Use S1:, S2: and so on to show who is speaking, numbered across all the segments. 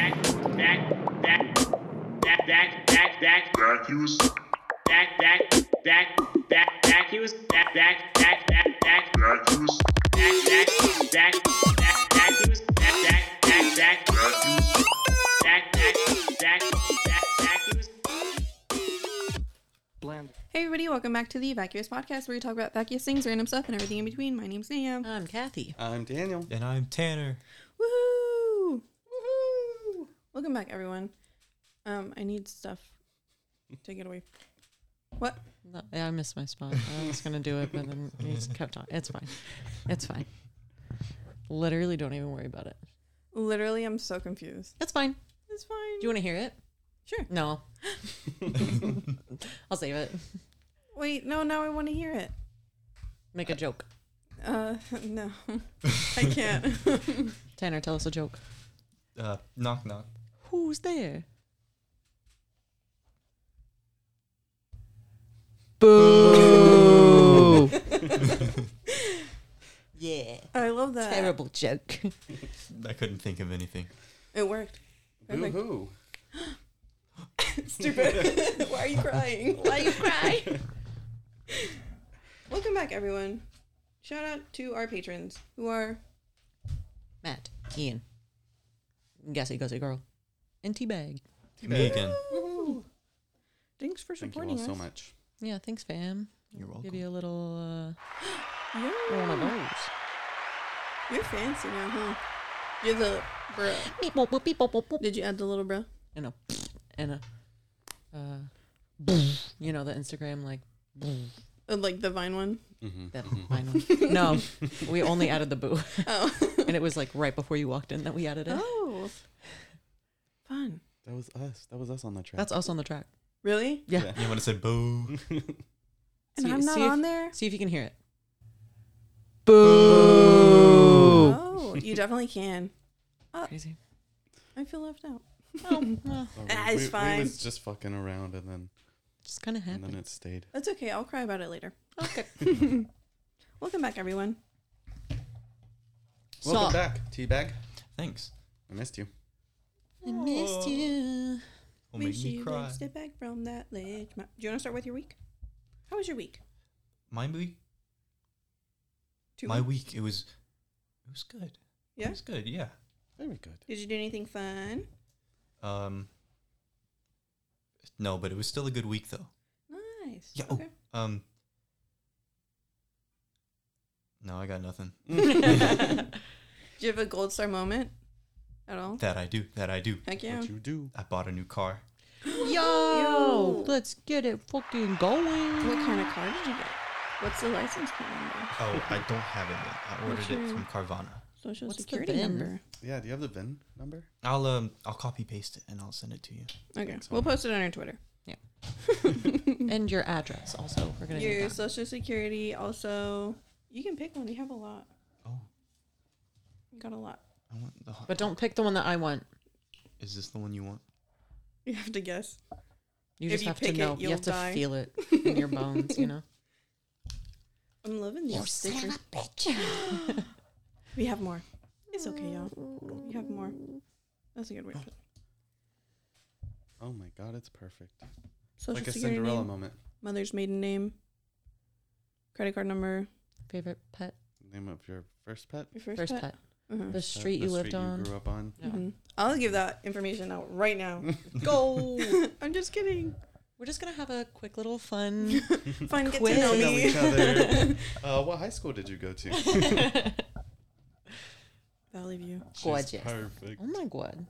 S1: back, back, back, back, back, back,
S2: vacuous,
S1: back, back, back, back, vacuous, back, back, back, back, back,
S2: vacuous,
S1: back, back, back, back, vacuous, back, back, back, back,
S2: vacuous.
S1: back, back, back, back, vacuous.
S3: Bland.
S4: Hey everybody, welcome back to the Vacuous Podcast where we talk about vacuous things, random stuff, and everything in between. My name's Sam.
S5: I'm Kathy.
S3: I'm Daniel.
S6: And I'm Tanner.
S4: Woohoo! Woohoo! Welcome back everyone. Um, I need stuff to get away. What?
S5: No, yeah, I missed my spot. I was gonna do it, but then you just kept on. It's fine. It's fine. Literally, don't even worry about it.
S4: Literally, I'm so confused.
S5: It's fine.
S4: It's fine.
S5: Do you want to hear it?
S4: Sure.
S5: No. I'll save it.
S4: Wait, no, now I want to hear it.
S5: Make a joke.
S4: Uh, no. I can't.
S5: Tanner, tell us a joke.
S6: Uh, knock knock.
S5: Who's there? Boo! yeah.
S4: I love that.
S5: Terrible joke.
S6: I couldn't think of anything.
S4: It worked.
S3: Boo
S4: Perfect.
S3: hoo.
S4: Stupid. Why are you crying? Why you cry? Welcome back, everyone. Shout out to our patrons who are
S5: Matt, Ian, Gassy Gussy Girl, and Teabag.
S6: Me again.
S4: thanks for
S3: Thank you
S4: supporting
S3: all so
S4: us.
S3: much.
S5: Yeah, thanks, fam.
S6: You're
S5: Give you
S6: welcome.
S5: a little uh, one of
S4: Yeah.
S5: those.
S4: You're fancy now, huh? You're the bro.
S5: Beep, boop, boop, beep, boop, boop, boop.
S4: Did you add the little bro?
S5: And a and a uh, you know the Instagram like
S4: Uh, like the Vine one?
S5: that final. no, we only added the boo,
S4: Oh.
S5: and it was like right before you walked in that we added it.
S4: oh. Fun.
S3: That was oh, us. That was us on the track.
S5: That's us on the track.
S4: Really?
S5: Yeah.
S6: You want to say boo?
S4: And
S5: See-
S4: I'm not
S5: see if-
S4: on there?
S5: See if you can hear it.
S4: Oh, you definitely can.
S5: Crazy.
S4: I feel left out.
S5: Oh, well,
S3: Oh,
S4: Ah,
S3: we,
S4: it's
S3: we-
S4: fine.
S3: We was just fucking around, and then
S5: just kind of
S3: and then
S5: happened.
S3: it stayed.
S4: That's okay. I'll cry about it later.
S5: Okay.
S4: Welcome back, everyone.
S3: Welcome
S5: So-
S3: back, teabag.
S6: Thanks.
S3: I missed you.
S5: I missed you.
S6: Will make
S4: Wish
S6: me
S4: you
S6: cry.
S4: would step back from that ledge. Ma- Do you want to start with your week? How was your week?
S6: My week.
S4: Two
S6: My
S4: weeks?
S6: week. It was. It was good. It
S4: Yeah.
S6: was good. Yeah.
S3: Very good.
S4: Did you do anything fun?
S6: Um. No, but it was still a good week though.
S4: Nice.
S6: Yeah.
S4: Okay.
S6: Oh, um. No, I got nothing.
S4: Did you have a gold star moment at all?
S6: That I do. That I do.
S4: Heck yeah.
S3: What you do?
S6: I bought a new car.
S5: Yo,
S4: Yo.
S5: let's get it fucking going.
S4: What kind of car did you get? What's the license plate number?
S6: Oh, I don't have it yet. I ordered it from Carvana.
S4: Social
S5: What's the
S4: security
S5: VIN?
S4: number.
S3: Yeah. Do you have the VIN number?
S6: I'll um I'll copy paste it and I'll send it to you.
S4: Okay. We'll post it on our Twitter.
S5: And your address also. We're gonna
S4: Your
S5: need that.
S4: social security also. You can pick one. You have a lot.
S6: Oh,
S4: You got a lot.
S6: I want the.
S5: But don't pick the one that I want.
S6: Is this the one you want?
S4: You have to guess.
S5: You
S4: If
S5: just
S4: you
S5: have to
S4: pick it,
S5: know. you
S4: you'll
S5: have to
S4: die.
S5: feel it in your bones, you know?
S4: I'm loving these stickers. we have more. It's okay, y'all. We have more. That's a good way. to put it.
S3: Oh my God, it's perfect.
S4: Social
S3: like a
S4: security
S3: Cinderella
S4: name,
S3: moment.
S4: mother's maiden name, credit card number,
S5: Favorite pet?
S3: Name of your first pet.
S4: your first,
S5: First
S4: pet.
S5: pet.
S4: Mhm.
S5: The
S3: Uh,
S5: street
S3: the
S5: you lived
S3: street
S5: on.
S3: grew up on.
S5: Yeah.
S4: Mhm. I'll give that information out right now.
S5: Go!
S3: Mm.
S4: I'm just kidding.
S5: We're just gonna have a quick little fun.
S4: Fun, get
S5: Quiz.
S4: to know
S3: Know
S4: me.
S3: each other. uh, what high school did you go to? She's
S4: Valley View.
S5: Gorgeous.
S3: Perfect.
S5: Oh my god.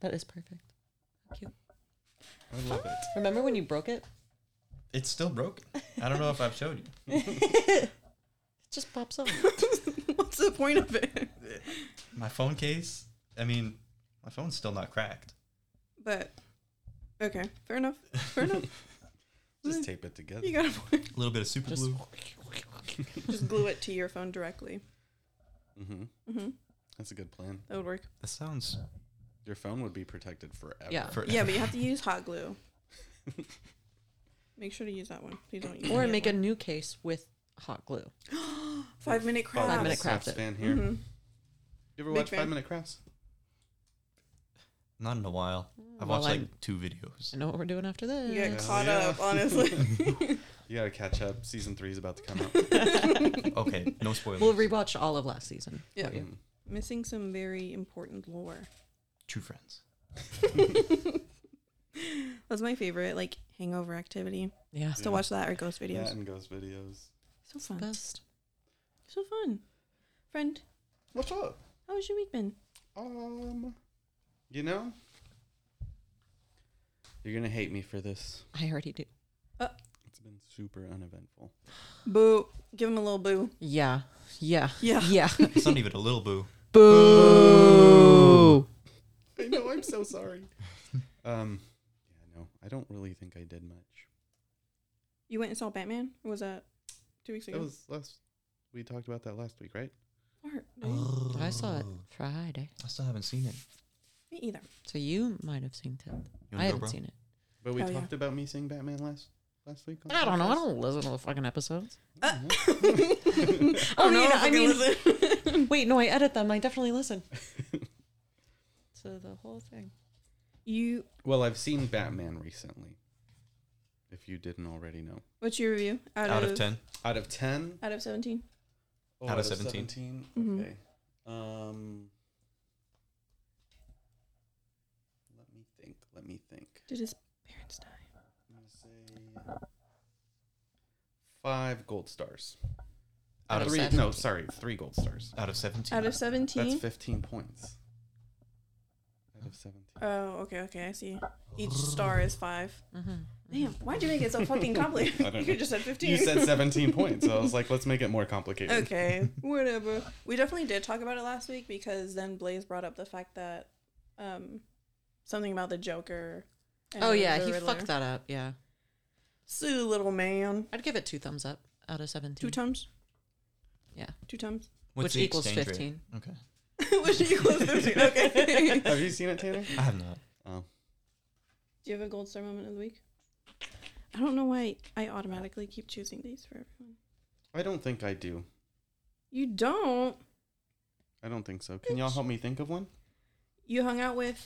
S5: That is perfect. How Cute.
S3: I love it.
S5: Remember when you broke it?
S6: It's still broken. I don't know if I've showed you.
S5: It just pops up.
S4: What's the point of it?
S6: My phone case. I mean, my phone's still not cracked.
S4: But okay, fair enough. Fair enough.
S3: Just tape it together.
S4: You got a point.
S6: A little bit of super
S5: Just-
S6: glue.
S4: Just glue it to your phone directly.
S3: Mm-hmm.
S4: hmm
S3: That's a good plan.
S4: That would work.
S6: That sounds.
S3: Your phone would be protected forever.
S5: Yeah.
S6: For,
S4: Yeah, but you have to use hot glue. Make sure to use that one. Please don't use
S5: or
S4: any
S5: make a
S4: other
S5: new case with hot glue.
S4: one. five minute crafts. Mm-hmm.
S5: Five Minute
S3: Crafts
S5: Crafts it.
S3: fan here.
S4: Mhm.
S3: You ever
S4: Big
S3: watch
S4: fan.
S3: Five Minute Crafts?
S6: Not in a while. I've
S5: Well,
S6: watched
S5: I'm-
S6: like two videos.
S5: I know what we're doing after this.
S4: You get
S3: Yeah.
S4: caught
S3: Yeah.
S4: up, honestly.
S3: You gotta catch up. Season three is about to come out.
S6: Okay, no spoilers.
S5: We'll rewatch all of last season.
S4: yeah.
S3: Mm.
S4: Missing some very important lore.
S6: True friends.
S4: That's my favorite, like hangover activity.
S5: Yeah.
S4: Still
S3: Yeah.
S4: watch that or ghost videos.
S3: Yeah, and ghost videos.
S4: So fun.
S5: Best.
S4: So fun. Friend,
S3: What's up?
S4: how has your week been?
S3: Um, you know, you're gonna hate me for this.
S5: I already do.
S3: It's been super uneventful.
S4: Boo. Give him a little boo.
S5: Yeah. Yeah.
S4: Yeah.
S5: Yeah.
S6: It's not even a little boo.
S5: Boo.
S3: I know. I'm so sorry. Um, yeah, no, I don't really think I did much.
S4: You went and saw Batman? Or was that two weeks
S3: That
S4: ago?
S3: was last. We talked about that last week, right?
S4: Or-
S5: I saw it Friday.
S6: I still haven't seen it.
S4: Me either.
S5: So you might have seen it.
S6: You wanna
S5: I
S6: go,
S5: haven't
S6: bro?
S5: seen it.
S3: But we
S4: Oh, yeah.
S3: talked about me seeing Batman last last week. on the
S5: I don't know. I
S3: podcast.
S5: don't listen to the fucking episodes.
S4: Oh,
S5: mean,
S4: no,
S5: I mean-
S4: mean,
S5: Wait, no, I edit them. I definitely listen. to the whole thing.
S4: you.
S3: Well, I've seen Batman recently. If you didn't already know,
S4: What's your review?
S6: Out, of ten.
S3: out of ten,
S4: Out of seventeen.
S3: Oh,
S6: Out of 17.
S3: 17?
S4: Mhm.
S3: Okay. Um, let me think. Let me think.
S4: Did his parents die?
S3: I'm gonna say five gold stars.
S6: Out of
S3: three,
S5: seven.
S3: no, sorry, three gold stars.
S6: Out of seventeen.
S4: Out of
S3: That's
S4: seventeen.
S3: fifteen points. Out of seventeen.
S4: Oh, okay, okay, I see. Each star is five.
S5: Mm-hmm.
S4: Damn, why'd you make it so fucking complicated?
S3: I don't
S4: you
S3: know.
S4: just said fifteen.
S3: You said seventeen points. So I was like, let's make it more complicated.
S4: okay, whatever. We definitely did talk about it last week because then Blaze brought up the fact that um, something about the Joker. and
S5: Oh yeah,
S4: the
S5: he
S4: Riddler.
S5: fucked that up. Yeah,
S4: Sue, little man.
S5: I'd give it two thumbs up out of seventeen,
S4: Two times.
S5: Yeah.
S4: Two times.
S5: which
S6: the
S5: equals
S6: exchange rate?
S5: fifteen.
S6: Okay.
S4: Which equals fifteen. Okay.
S3: Have you seen it, Tanner?
S6: I have not.
S3: Oh,
S4: Do you have a gold star moment of the week? I don't know why I automatically keep choosing these for everyone.
S3: I don't think I do.
S4: You don't.
S3: I don't think so. Can y'all help me think of one?
S4: You hung out with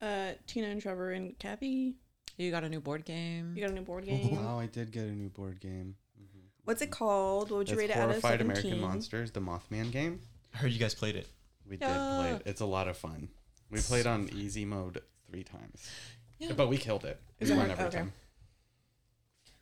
S4: uh, Tina and Trevor and Cappy.
S5: You got a new board game.
S4: You got a new board game.
S3: Oh, I did get a new board game. Mhm.
S4: What's it called? What would you
S3: It's
S4: rate it out of
S3: Horrified
S4: seventeen?
S3: American Monsters, the Mothman game.
S6: I heard you guys played it.
S3: We did play
S5: Yeah.
S3: it. It's a lot of fun. We played on easy mode three times,
S5: Yeah.
S3: but we killed it.
S4: Is
S3: We
S4: it
S3: won
S4: hard?
S3: every
S4: Okay.
S3: time.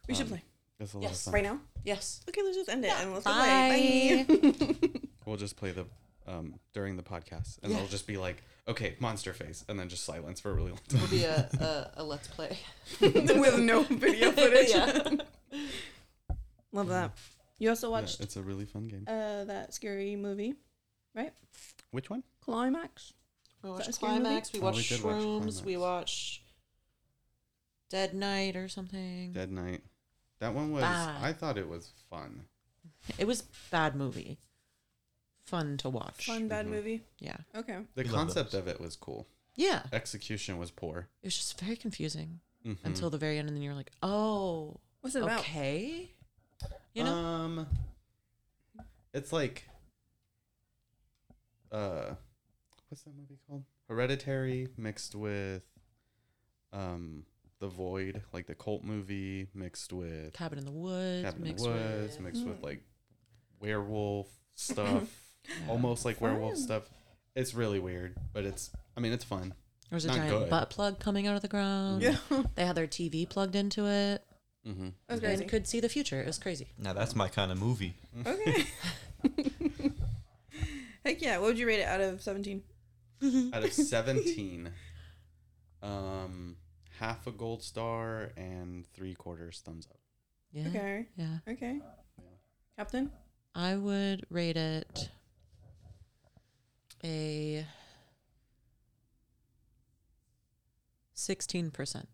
S4: We should
S3: Um,
S4: play
S3: It's a lot of
S5: Yes,
S3: fun.
S4: right now.
S5: yes.
S4: Okay, let's just end it and let's
S5: Bye.
S4: play. Bye.
S3: We'll just play the um, during the podcast, and
S5: Yeah.
S3: they'll just be like, "Okay, monster face," and then just silence for a really long time.
S5: It'll be a, a, a let's play.
S4: with no video footage.
S5: Yeah.
S4: Love that. You also
S3: Yeah,
S4: watched
S3: it's a really fun game.
S4: uh, that scary movie,
S3: Which one?
S4: Climax.
S5: We
S4: that a
S5: watched
S4: scary movie?
S5: climax. We
S3: Oh, we
S5: watched
S3: did watch
S5: shrooms. we
S3: Climax.
S5: watched Dead Night or something.
S4: Mm.
S3: Dead Night. That one was.
S5: Bad.
S3: I thought it was fun.
S5: It was bad movie. Fun to watch.
S4: Fun bad
S3: Mhm.
S4: movie.
S5: Yeah.
S4: Okay.
S3: The
S6: We love
S3: concept
S6: those.
S3: of it was cool.
S5: Yeah.
S3: Execution was poor.
S5: It was just very confusing
S3: Mhm.
S5: until the very end, and then you're like, oh,
S4: What's it about?
S5: okay. You know,
S3: Um, it's like, uh, what's that movie called? Hereditary mixed with, um, The Void, like the cult movie mixed with
S5: Cabin in the Woods.
S3: Cabin in the
S5: mixed
S3: Woods,
S5: with-
S3: mixed with
S4: Mm.
S3: like werewolf stuff,
S5: Yeah.
S3: almost like werewolf
S4: Fun.
S3: stuff. It's really weird, but it's. I mean, it's fun.
S5: There was a
S3: Not
S5: giant
S3: good.
S5: butt plug coming out of the ground.
S4: Yeah.
S5: They had their TV plugged into it
S3: Mm-hmm.
S4: That's
S5: and
S4: crazy.
S5: could see the future. It was crazy.
S6: Now that's my kind of movie.
S4: Okay. Heck yeah. What would you rate it out of 17?
S3: Out of seventeen, um, half a gold star and three quarters thumbs up.
S5: Yeah.
S4: Okay.
S5: Yeah.
S4: Okay. Captain?
S5: I would rate it a 16% on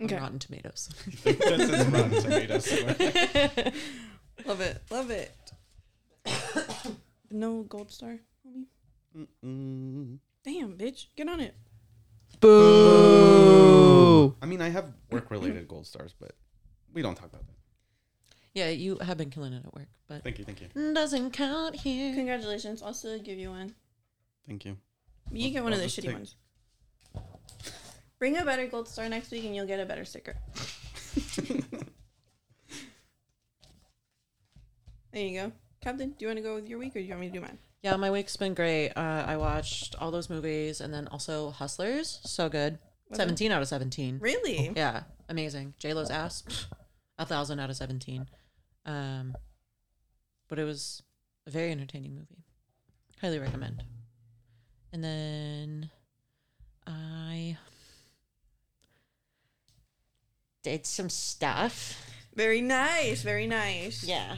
S4: Okay.
S5: Rotten Tomatoes.
S3: That's his Rotten Tomatoes score.
S4: Love it. Love it. no gold star, homie.
S3: Mm-mm.
S4: Damn, bitch. Get on it.
S6: Oh,
S5: Boo!
S3: I mean, I have work-related gold stars, but we don't talk about that.
S5: Yeah, you have been killing it at work, but
S3: Thank you, thank you,
S5: doesn't count here.
S4: Congratulations. I'll still give you one.
S3: thank you.
S4: You
S3: I'll-
S4: get one of
S3: I'll
S4: the
S3: just
S4: shitty
S3: take-
S4: ones. Bring a better gold star next week and you'll get a better sticker. There you go. Captain, do you want to go with your week or do you want me to do mine?
S5: Yeah, my week's been great. Uh, I watched all those movies and then also Hustlers. So good.
S4: What
S5: 17 out of 17.
S4: Really?
S5: Yeah, amazing. JLo's ass, pff, a thousand out of 17. Um, but it was a very entertaining movie. Highly recommend. And then I did some stuff.
S4: Very nice. Very nice.
S5: Yeah.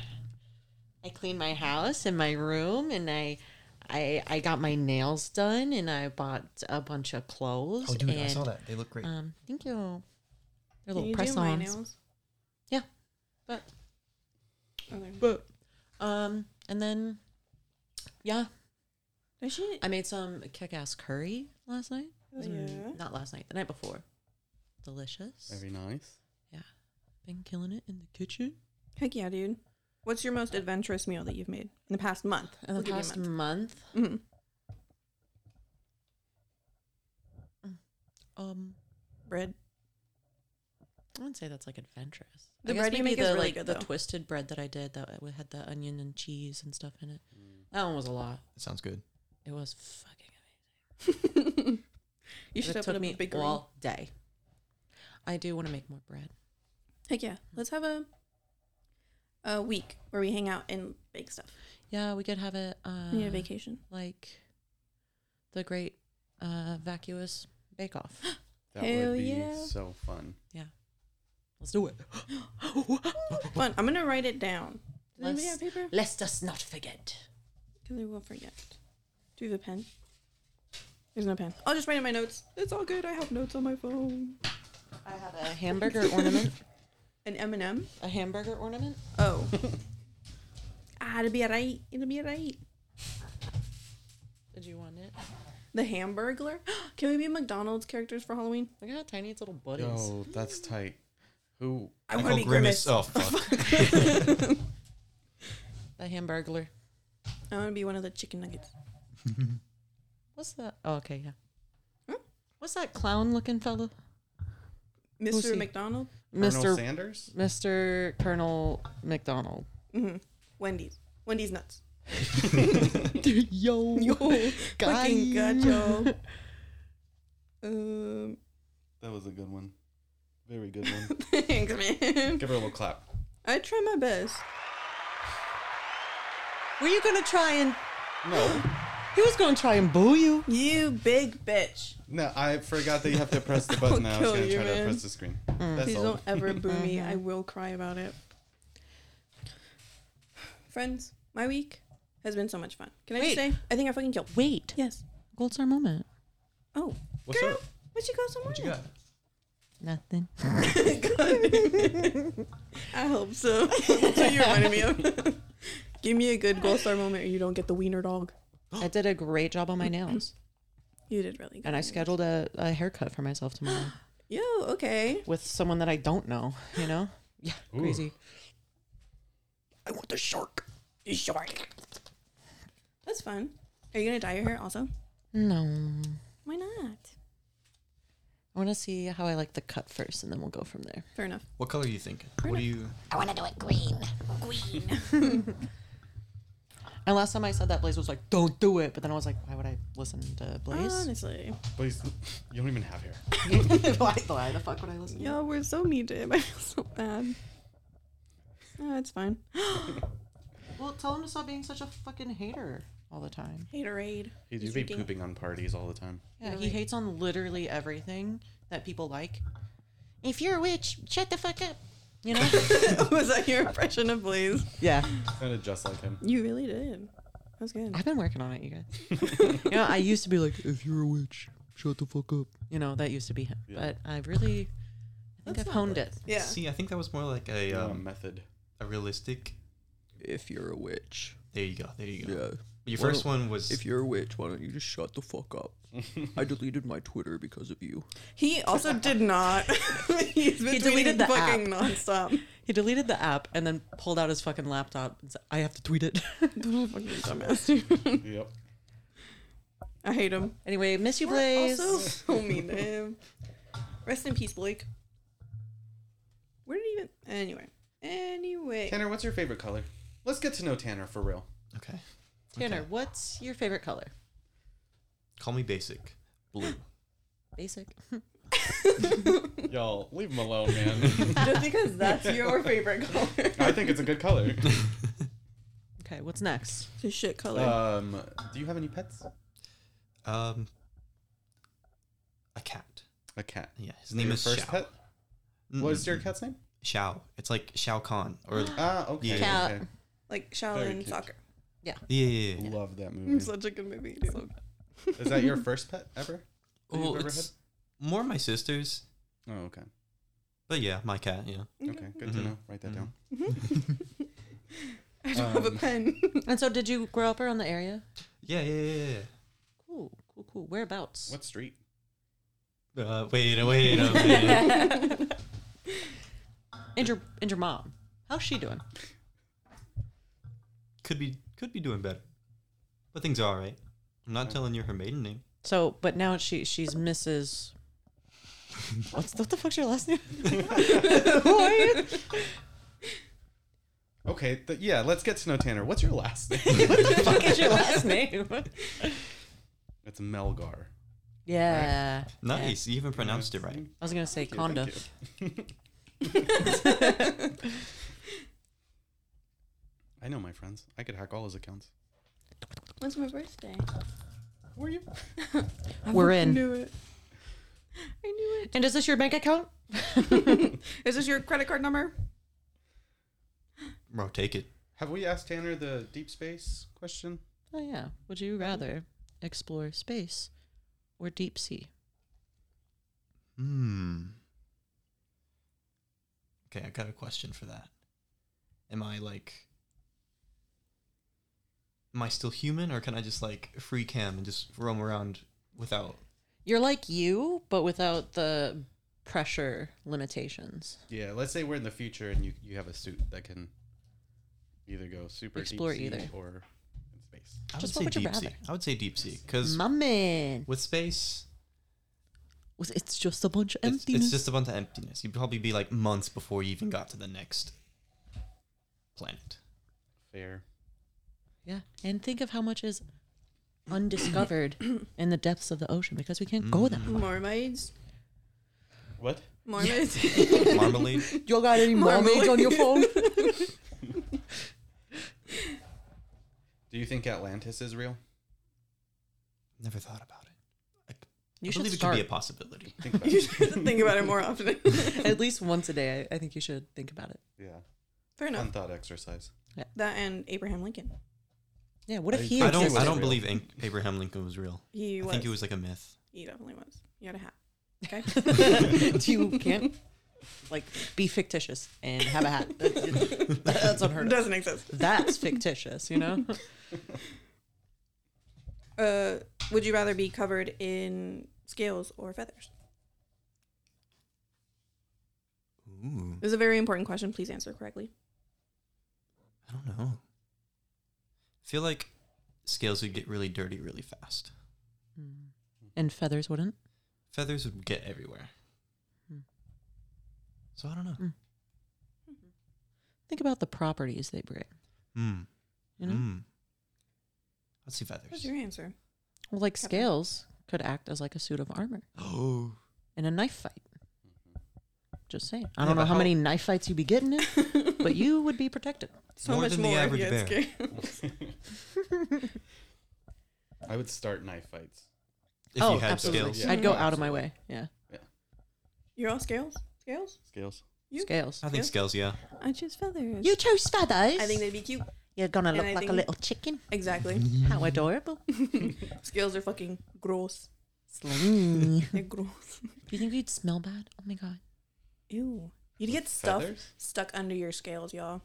S5: I cleaned my house and my room and I I I got my nails done and I bought a bunch of clothes.
S6: Oh, dude, I
S5: and,
S6: saw that. They look great.
S5: Um thank you. They're
S4: Can
S5: little
S4: you do
S5: press
S4: my
S5: ons.
S4: nails?
S5: Yeah. But
S4: Okay.
S5: but um and then yeah,
S4: Does she?
S5: I made some kick ass curry last night. Mm,
S4: Oh,
S3: Mm.
S4: yeah.
S5: Not last night, the night before. Delicious.
S3: Very nice.
S5: Been killing it in the kitchen.
S4: Heck yeah, dude. What's your most adventurous meal that you've made in the past month?
S5: In the
S4: We'll give you a
S5: past month.
S4: month. Mhm.
S5: Um
S4: Bread.
S5: I wouldn't say that's like adventurous.
S4: The
S5: I guess
S4: bread you
S5: maybe
S4: make
S5: the,
S4: is really
S5: like,
S4: good,
S5: The
S4: though.
S5: twisted bread that I did that w- had the onion and cheese and stuff in it. That one was a lot.
S6: It sounds good.
S5: It was fucking.
S4: You should
S5: it
S4: open
S5: took
S4: up a
S5: me
S4: bakery.
S5: all day. I do want to make more bread.
S4: Heck yeah. Let's have a a week where we hang out and bake stuff.
S5: Yeah, we could have it. Uh,
S4: I need a vacation.
S5: Like the great uh, vacuous bake off.
S3: That
S4: Hell
S3: would be
S4: yeah.
S3: so fun.
S5: Let's do it.
S4: Fun. I'm gonna write it down. Does anybody
S5: Let's-
S4: have paper?
S5: Let us not forget.
S4: Because I will forget. Do you have a pen? There's no pen. I'll just write in my notes. It's all good. I have notes on my phone.
S5: I have a hamburger ornament.
S4: An M&M.
S5: A hamburger ornament.
S4: Oh. ah, it'll be alright. It'll be alright.
S5: Did you want it?
S4: The Hamburglar. Can we be McDonald's characters for Halloween?
S5: Look at how tiny its little butt is.
S3: Yo, that's tight. Who?
S4: I want to be Grimace.
S6: Oh, fuck.
S5: The hamburglar.
S4: I want to be one of the chicken nuggets.
S5: What's that? Oh, okay, yeah.
S4: Hmm?
S5: What's that clown looking fella? Who's
S4: Mr.
S5: he?
S4: McDonald.
S3: Colonel
S5: Mr.
S3: Sanders?
S5: Mr. Colonel McDonald.
S4: Mm-hmm. Wendy's. Wendy's nuts.
S5: Yo.
S4: Yo,
S5: Got
S4: fucking
S5: you.
S4: gacho. um,
S3: That was a good one. Very good one.
S4: thanks, man.
S3: Give her a little clap.
S4: I try my best.
S5: Were you gonna try and
S3: No,
S5: he was gonna try and boo you?
S4: You big bitch.
S3: no, I forgot that you have to press the button. I was
S4: kill
S3: gonna
S4: you,
S3: try to
S4: man. Mm.
S3: press the screen. That's
S4: Please
S3: all.
S4: don't ever boo me. I will cry about it. Friends, my week has been so much fun. Can I just
S5: Wait.
S4: say? I think I fucking killed.
S5: Wait.
S4: Yes.
S5: Gold star moment.
S4: Oh,
S3: What's
S4: girl,
S3: up?
S4: What you got somewhere?
S6: What you got?
S5: Nothing.
S4: I hope so. That's what you reminded me of. Give me a good gold star moment, or you don't get the wiener dog.
S5: I did a great job on my nails.
S4: You did really good.
S5: And I scheduled a, a haircut for myself tomorrow
S4: Yo, okay.
S5: with someone that I don't know, you know? Yeah,
S3: Ooh.
S5: crazy. I want the shark.
S4: Shark. That's fun. Are you gonna dye your hair also?
S5: No.
S4: Why not?
S5: I wanna see how I like the cut first and then we'll go from there.
S4: Fair enough.
S6: What color are you thinking? What do you?
S5: And last time I said that Blaze was like, Don't do it but then I was like, Why would I listen to Blaze?
S4: Honestly.
S3: Please, you don't even have hair.
S5: why, why the fuck would I listen to
S4: Yo, we're so me, Jim. I feel so bad. No, it's fine.
S5: Well, tell him to stop being such a fucking hater all the time.
S4: Haterade.
S3: You do
S4: He's
S3: be
S4: drinking-
S3: pooping on parties all the time.
S5: Yeah, he hates on literally everything that people like. If you're a witch, shut the fuck up. You know?
S4: Was that your impression of Blaze?
S5: yeah.
S3: Kind of just like him.
S4: You really did. That was good.
S5: I've been working on it, you guys. you know, I used to be like, if you're a witch, shut the fuck up. You know, that used to be him.
S3: Yeah.
S5: But I've really, I think
S4: That's
S5: I've
S4: not
S5: honed it.
S4: Yeah.
S6: See, I think that was more like a
S3: Yeah,
S6: um,
S3: method.
S6: a realistic.
S2: If you're a witch,
S6: There you go. There you go.
S2: yeah.
S6: Your
S2: Well,
S6: first one was.
S2: If you're a witch, why don't you just shut the fuck up? I deleted my Twitter because of you.
S4: He also did not. He's been
S5: He
S4: tweeting
S5: deleted the
S4: fucking nonstop.
S5: He deleted the app and then pulled out his fucking laptop and said, I have to tweet it.
S4: Fucking dumbass, dude.
S3: Yep.
S4: I hate him.
S5: anyway, miss you, Blaze.
S4: Also, so mean to him. Rest in peace, Blake. Where did he even? Anyway, anyway,
S3: Tanner, what's your favorite color? Let's get to know Tanner for real.
S6: Okay.
S5: Tanner,
S6: Okay.
S5: what's your favorite color?
S6: Call me basic. Blue.
S5: Basic.
S3: Y'all, leave him alone, man.
S4: just because that's your favorite color,
S3: I think it's a good color.
S5: Okay, what's next?
S4: the shit color.
S3: Um, do you have any pets?
S6: Um, a cat.
S3: A cat.
S6: Yeah, his name
S3: Your
S6: is
S3: first
S6: Shao.
S3: pet?
S6: Mm,
S3: What's
S6: mm,
S3: your
S6: mm.
S3: cat's name?
S6: Shao. It's like Shao Kahn or yeah,
S3: Ah, okay.
S6: Yeah.
S5: Cat.
S3: okay.
S4: like
S3: very
S4: Shaolin
S3: cute. Mm-hmm.
S4: soccer.
S6: yeah, yeah, yeah.
S3: Love that
S4: It's
S3: movie.
S4: such a good movie. dude.
S3: Is that your first pet ever? that you've
S6: Well,
S3: ever
S6: Oh, it's more my sister's,
S3: had? Oh, okay.
S6: but yeah, my cat. Yeah.
S3: Okay, good to
S6: Mhm.
S3: know. Write that
S6: Mhm.
S3: down.
S4: Mm-hmm. I don't have a
S3: Um,
S4: pen.
S5: And so, did you grow up around the area?
S6: Yeah, yeah, yeah. yeah,
S5: Cool, cool, cool. Whereabouts?
S3: What street?
S6: yeah. Uh, wait, uh, wait, uh, wait.
S5: And your and your mom? How's she doing?
S6: could be, could be doing better, but things are all right. I'm not telling you her maiden name.
S5: So, but now she she's Mrs. What's what the fuck's your last name?
S3: Okay, th- yeah, let's get to know Tanner. What's your last name?
S5: Fuck is your last name?
S3: it's Melgar.
S5: Yeah.
S6: Nice. You even pronounced it right.
S5: I was gonna say
S3: Thank you,
S5: Conda.
S3: thank you. I know my friends. I could hack all his accounts.
S4: When's my birthday?
S3: Who are you?
S5: We're
S4: I
S5: in.
S4: knew it. I knew it.
S5: And is this your bank account?
S4: Is this your credit card number?
S6: Bro, take it.
S3: Have we asked Tanner the deep space question?
S5: Oh yeah. Would you rather explore space or deep sea?
S6: Hmm. Okay, I got a question for that. Am I like. Am I still human or can I just like free cam and just roam around without.
S5: You're like you, but without the pressure limitations.
S3: Yeah, let's say we're in the future and you, you have a suit that can either go super
S5: Explore
S3: deep sea
S5: either.
S3: or in space.
S6: I
S5: Just
S6: would
S5: what
S6: say
S5: would you
S6: deep sea.
S5: rather?
S6: I would say deep sea because
S5: My man.
S6: with space,
S5: Was- It's just a bunch of
S6: it's,
S5: emptiness.
S6: it's just a bunch of emptiness. You'd probably be like months before you even got to the next planet.
S3: Fair.
S5: yeah. And think of how much is undiscovered in the depths of the ocean because we can't go that far.
S4: Mermaids.
S3: What?
S4: Mermaids.
S6: Marmalade?
S5: You got any
S4: mermaids on your
S5: phone?
S3: Do you think Atlantis is real?
S6: Never thought about it.
S5: You
S6: I
S5: should
S6: believe
S5: start.
S6: it could be a possibility.
S3: Think about
S4: you
S3: it.
S4: should think about it more often.
S5: At least once a day, I, I think you should think about it.
S3: Yeah.
S4: Fair enough.
S3: Fun thought exercise.
S4: That and Abraham Lincoln.
S5: Yeah. What if
S3: I-
S5: he
S6: I
S5: existed?
S6: don't. I
S3: existed.
S6: don't believe An- Abraham Lincoln was real.
S4: He
S6: I
S4: was.
S6: think it was like a myth.
S4: He definitely was. He had a hat. Okay.
S5: Do you can't like be fictitious and have a hat. That's unheard of.
S4: Doesn't exist.
S5: That's fictitious, you know?
S4: Uh, would you rather be covered in scales or feathers?
S6: Ooh,
S4: This is a very important question. Please answer correctly.
S6: I don't know. I feel like scales would get really dirty really fast.
S5: And feathers wouldn't.
S6: Feathers would get everywhere.
S5: Hmm.
S6: So I don't know.
S5: Think about the properties they bring,
S6: Mm.
S5: you know?
S6: Mm. Let's see
S4: What's
S6: feathers.
S4: your answer?
S5: Well, like
S4: Captain.
S5: scales could act as like a suit of armor
S6: Oh,
S5: in a knife fight. Just saying. I
S6: Yeah,
S5: don't know
S6: but
S5: how
S6: how-
S5: many knife fights you'd be getting in, but you would be protected.
S4: So
S6: More
S4: much
S6: than the
S4: more. if
S6: average
S4: you had
S6: bear.
S4: scales.
S3: I would start knife fights.
S6: if
S5: oh,
S6: you had
S5: absolutely.
S6: scales,
S3: Yeah.
S5: I'd go out of my
S3: Absolutely.
S5: way. Yeah.
S4: You're all scales. Scales.
S3: Scales.
S4: You-
S5: Scales.
S6: I think scales. Yeah,
S4: I choose feathers.
S5: You chose feathers.
S4: I think they'd be cute.
S5: You're gonna
S4: and
S5: look
S4: I
S5: like a
S4: think-
S5: little chicken.
S4: Exactly.
S5: How adorable.
S4: Scales are fucking gross.
S5: Slimy.
S4: They're gross.
S5: Do you think you'd smell bad? Oh my god.
S4: Ew. You'd
S3: With
S4: get stuff
S3: feathers?
S4: stuck under your scales, y'all.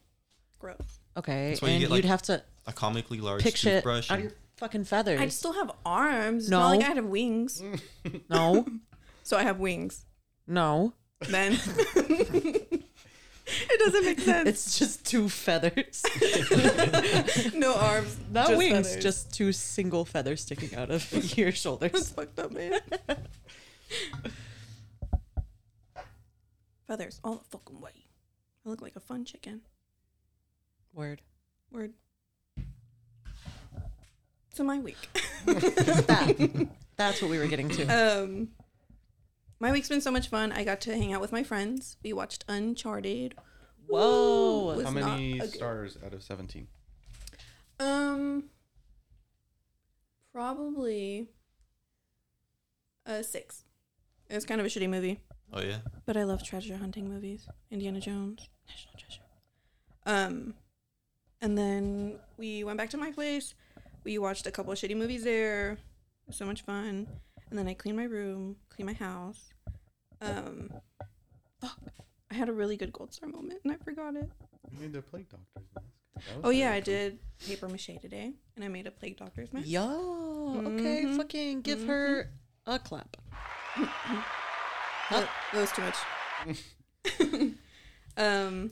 S4: Gross.
S5: Okay,
S6: That's why you
S5: and
S6: get,
S5: you'd
S6: like,
S5: have to
S6: a comically large
S5: pick shit
S6: toothbrush.
S5: out of
S6: and-
S5: your fucking feathers.
S4: I still have arms. It's
S5: No.
S4: not like I have wings.
S5: no,
S4: So I have wings.
S5: no.
S4: Then it doesn't make sense.
S5: It's just two feathers,
S4: no arms.
S5: not
S4: just
S5: wings.
S4: feathers.
S5: Just two single feathers sticking out of your shoulders.
S4: That's fucked up, man. Feathers all the fucking way. I look like a fun chicken.
S5: Word.
S4: Word. So my week.
S5: That. That's what we were getting to.
S4: um, my week's been so much fun. I got to hang out with my friends. We watched Uncharted.
S5: Whoa.
S4: Woo, was
S3: How
S4: not
S3: many
S4: a good-
S3: stars out of 17?
S4: Um, probably a six. It was kind of a shitty movie,
S6: Oh yeah.
S4: but I love treasure hunting movies. Indiana Jones, National Treasure. Um, and then we went back to my place. We watched a couple of shitty movies there. It was so much fun. And then I cleaned my room, cleaned my house. Um, fuck. I had a really good gold star moment and I forgot it.
S3: You made the plague doctor's mask. That was
S4: Oh yeah,
S3: very
S4: I
S3: cool.
S4: did paper mache today, and I made a plague doctor's mask.
S5: Yo. Okay.
S4: Mhm.
S5: Fucking give her a clap.
S4: That, that was too much. um,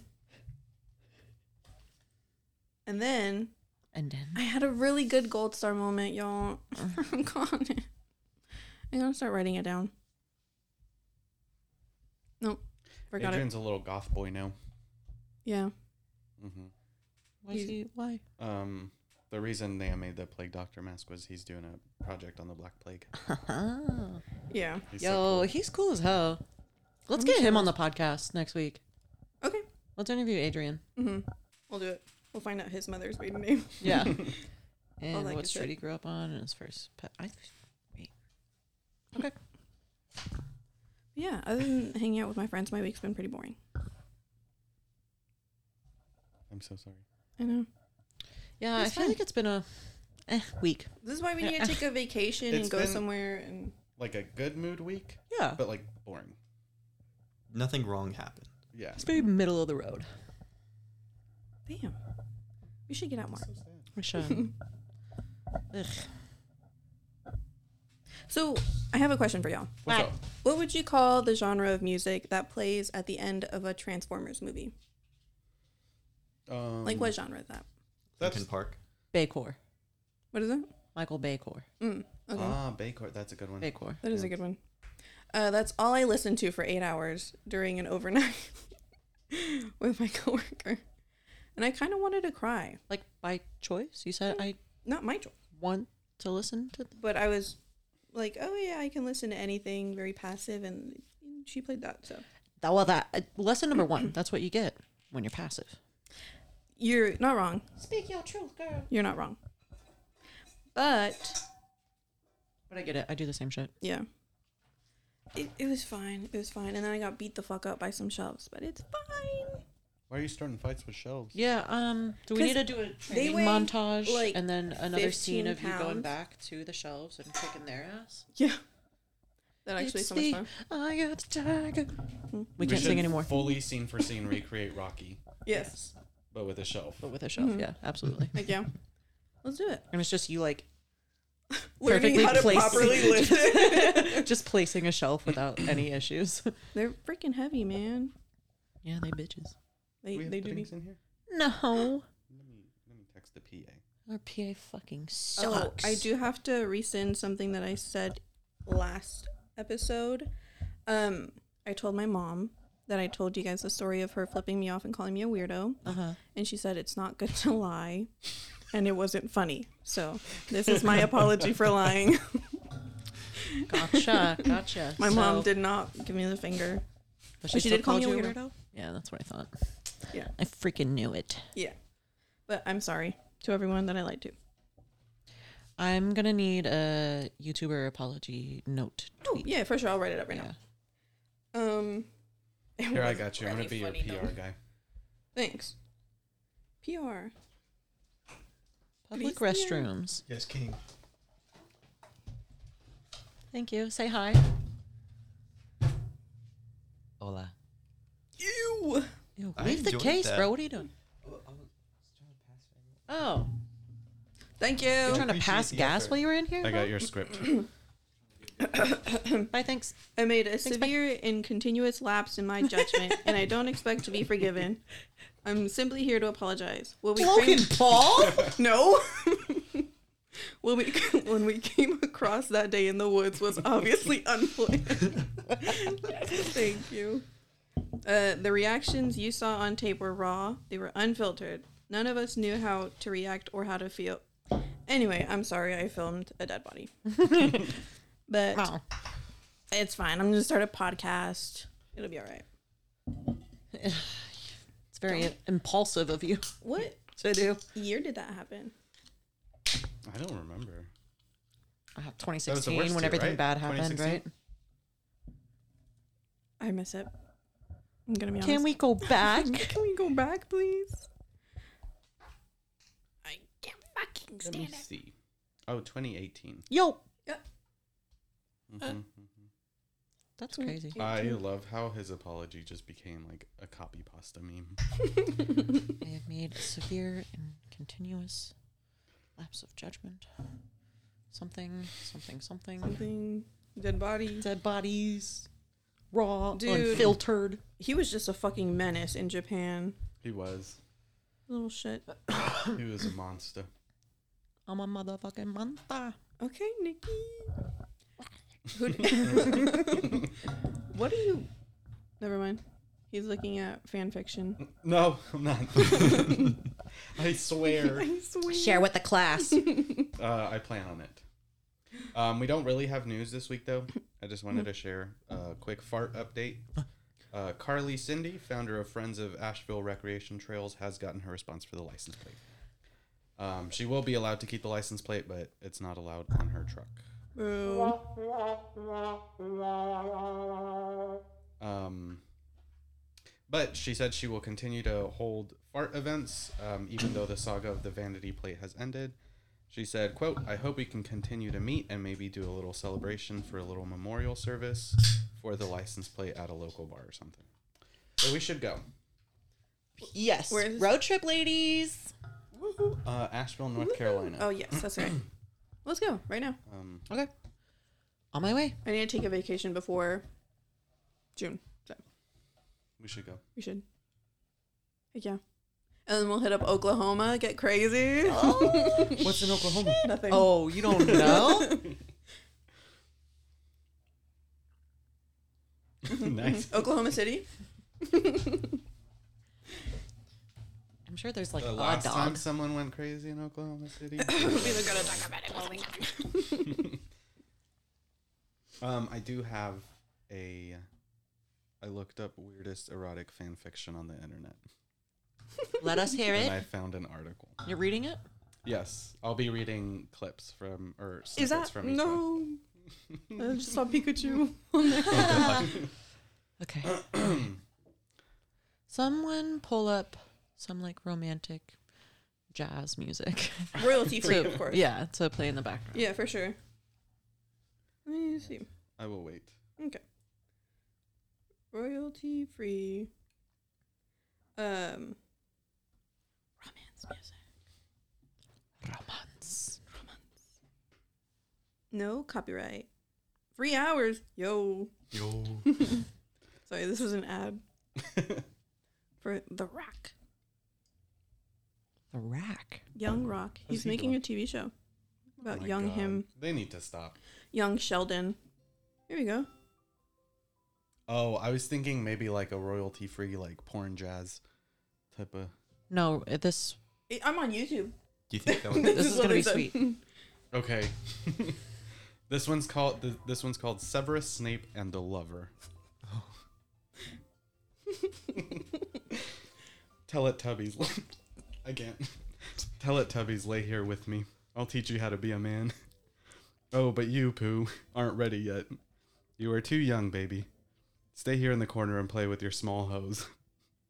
S4: and then
S5: And then
S4: I had a really good gold star moment, y'all. I'm gone. I'm gonna start writing it down. Nope, forgot it.
S3: Adrian's a little goth boy now.
S4: Yeah.
S3: hmm
S5: why? is he- Why?
S3: Um, the reason they made the plague doctor mask was he's doing a project on the black plague.
S5: Ah.
S4: Yeah.
S3: He's so
S5: Yo,
S3: cool.
S5: he's cool as hell. Let's get him on the podcast next week.
S4: Okay.
S5: Let's interview Adrian.
S4: Mm-hmm. We'll do it. We'll find out his mother's maiden name.
S5: Yeah.
S4: All
S5: and
S4: that
S5: what
S4: good
S5: street
S4: shit.
S5: he grew up on and his first pet. I, wait. Okay.
S4: Yeah. Other than hanging out with my friends, my week's been pretty boring.
S3: I'm so sorry.
S4: I know.
S5: Yeah,
S4: It's
S5: I feel
S4: fine.
S5: like it's been a eh, week.
S4: This is why we need to take a vacation
S3: It's
S4: and go
S3: been-
S4: somewhere and
S3: Like a good mood week,
S5: Yeah.
S3: but like boring.
S6: Nothing wrong happened.
S3: Yeah.
S5: It's very middle of the road.
S4: damn. We should get out more.
S3: So sad.
S5: We should. Ugh.
S4: So I have a question for y'all.
S3: What's
S5: Bye.
S3: up?
S4: What would you call the genre of music that plays at the end of a Transformers movie?
S3: Um,
S4: Like what genre is that?
S3: That's
S6: Lincoln Park.
S5: Baycor.
S4: What is it?
S5: Michael Baycor.
S4: Mm, okay,
S3: ah Baycourt. That's a good one.
S5: Baycor.
S4: that is a good one. Uh, that's all I listened to for eight hours during an overnight with my coworker, and I kind of wanted to cry.
S5: Like by choice. You said I
S4: Not my choice,
S5: want to listen to. th-
S4: but I was like, oh yeah, I can listen to anything. Very passive, and she played that. So
S5: That well that uh, lesson number one. That's what you get when you're passive.
S4: you're not wrong.
S5: Speak your truth, girl.
S4: You're not wrong. But
S5: But I get it. I do the same shit.
S4: Yeah. It, it was fine. It was fine. And then I got beat the fuck up by some shoves, but it's fine.
S3: Why are you starting fights with shelves?
S5: Yeah. Um. Do we need to
S4: 'Cause
S5: do a
S4: they
S5: training
S4: weigh,
S5: montage
S4: like,
S5: and then another scene
S4: 15
S5: of you going
S4: pounds.
S5: back to the shelves and kicking their ass?
S4: Yeah. That actually is so much
S5: the
S4: fun.
S5: eye of the tiger. We,
S3: We
S5: can't sing
S3: should
S5: anymore.
S3: Fully scene for scene recreate Rocky,
S4: Yes.
S3: but with a shelf.
S5: But with a shelf,
S4: Mm-hmm.
S5: yeah, absolutely.
S4: Like, yeah. Let's do it.
S5: And it's just you like
S4: Learning
S5: Perfectly
S4: how to
S5: placed.
S4: properly lift.
S5: just placing a shelf without any issues.
S4: They're freaking heavy, man.
S5: Yeah, they bitches.
S4: They,
S3: we have
S4: they do be.
S3: puddings in here.
S5: No.
S3: Let me let me text the PA.
S5: Our PA fucking
S4: Oh,
S5: sucks.
S4: I do have to rescind something that I said last episode. Um, I told my mom that I told you guys the story of her flipping me off and calling me a weirdo.
S5: Uh-huh.
S4: and she said it's not good to lie and it wasn't funny so this is my apology for lying
S5: Gotcha, gotcha.
S4: my mom
S5: So-
S4: did not give me the finger
S5: But
S4: she did
S5: still
S4: call
S5: called
S4: me
S5: you
S4: a weirdo.
S5: Yeah, that's what I thought.
S4: Yeah.
S5: I freaking knew it.
S4: yeah but i'm sorry to everyone that i lied to
S5: I'm gonna need a YouTuber apology note. Tweet.
S4: yeah for sure i'll write it up right
S5: Oh. Yeah.
S4: now um it
S3: Here, I
S4: wasn't
S3: got you. I'm gonna be
S4: really
S3: your
S4: funny, though.
S3: PR guy.
S4: thanks pr
S5: Public
S4: Please, yeah.
S5: restrooms.
S6: Yes, King.
S5: Thank you. Say hi.
S6: Hola.
S4: ew
S5: Ew,
S6: I
S5: leave the
S6: enjoyed
S5: case,
S6: that.
S5: bro. What are you doing? Oh,
S4: thank
S5: you're
S4: you
S5: trying to
S6: appreciate
S5: pass
S6: the
S5: gas
S6: effort.
S5: while you were in here. bro?
S3: I got your script.
S5: Bye, thanks.
S4: i made a
S5: bye.
S4: severe and continuous lapse in my judgment and i don't expect to be forgiven i'm simply here to apologize will we cringe-
S5: Paul.
S4: No. when we when we came across that day in the woods was obviously unplanned. Thank you. Uh, the reactions you saw on tape were raw. They were unfiltered. None of us knew how to react or how to feel. Anyway, I'm sorry I filmed a dead body. but
S5: Wow.
S4: it's fine. I'm going to start a podcast. It'll be all right.
S5: It's very impulsive of you
S4: What
S5: to do.
S4: year did that happen?
S3: I don't remember.
S5: Uh,
S3: the
S5: 2016
S3: worst
S5: when
S3: year,
S5: everything
S3: right?
S5: bad happened,
S3: 2016?
S5: right?
S4: I miss it. I'm going to be honest.
S5: Can we go back?
S4: Can we go back, please? I can't fucking
S3: Let me see. Oh, 2018.
S5: Yo,
S3: Mhm.
S5: that's crazy.
S3: I love how his apology just became like a copy pasta meme.
S5: I have made a severe and continuous lapse of judgment. Something, something, something.
S4: Something. Dead body.
S5: Dead bodies, raw,
S4: Dude.
S5: unfiltered.
S4: He was just a fucking menace in Japan.
S3: He was.
S4: Little shit.
S3: He was a monster.
S5: I'm a motherfucking monster.
S4: Okay, Nikki. Who what do you? Never mind. He's looking at fan fiction.
S3: No, I'm not. I swear.
S5: Share with the class.
S3: Uh, I plan on it. Um, we don't really have news this week, though. I just wanted to share a quick fart update. Uh, Carly Cindy, founder of Friends of Asheville Recreation Trails, has gotten her response for the license plate. Um, she will be allowed to keep the license plate, but it's not allowed on her truck.
S4: Boo.
S3: Um, but she said she will continue to hold fart events, um, even though the saga of the vanity plate has ended. She said, "quote I hope we can continue to meet and maybe do a little celebration for a little memorial service for the license plate at a local bar or something." So we should go.
S5: yes.
S4: Where's-
S5: Road trip, ladies.
S3: Uh, Asheville, North Carolina.
S4: Oh yes, that's right. Let's go right now.
S3: Um,
S5: Okay. On my way.
S4: I need to take a vacation before June, so
S3: we should go.
S4: we should. Heck yeah. And then we'll hit up Oklahoma, get crazy.
S3: Oh, What's in Oklahoma?
S4: Nothing.
S5: Oh, you don't know?
S3: nice.
S4: Oklahoma City.
S5: I'm sure there's like a
S3: The last time
S5: dog.
S3: someone went crazy in Oklahoma City.
S4: We're gonna talk about it. Moving on.
S3: Um, I do have a. I looked up weirdest erotic fan fiction on the internet,
S5: Let us hear
S3: and
S5: it.
S3: I found an article.
S5: You're reading it?
S3: Yes, I'll be reading clips from or snippets
S4: Is that
S3: from each one.
S4: no? I just saw Pikachu. on
S6: Oh,
S4: there.
S5: Okay. Someone pull up some like romantic jazz music.
S4: Royalty free,
S5: to-
S4: of course.
S5: Yeah, to play in the background.
S4: Yeah, for sure. Let me see.
S3: I will wait.
S4: Okay. Royalty free. Um. Romance music.
S5: Romance.
S4: No copyright. Three hours. Yo.
S6: Yo.
S4: Sorry, this was an ad for The Rock.
S5: The rack.
S4: Young Rock. He's
S3: What's Oh, he
S4: making
S3: doing? Oh
S4: a TV show about
S3: My
S4: young
S3: God.
S4: him,
S3: They need to stop.
S4: young Sheldon. Here we go.
S3: Oh, I was thinking maybe like a royalty free like porn jazz type of.
S5: No, it- this
S4: I- I'm on YouTube.
S6: Do you think that one?
S5: this is
S4: what
S5: gonna be
S4: they said.
S5: sweet.
S3: Okay. this one's called th- this one's called Severus Snape and the Lover. Tell it Tubbies. I can't. Tell it Tubbies, lay here with me. I'll teach you how to be a man. Oh, but you, Pooh, aren't ready yet. You are too young, baby. Stay here in the corner and play with your small hose.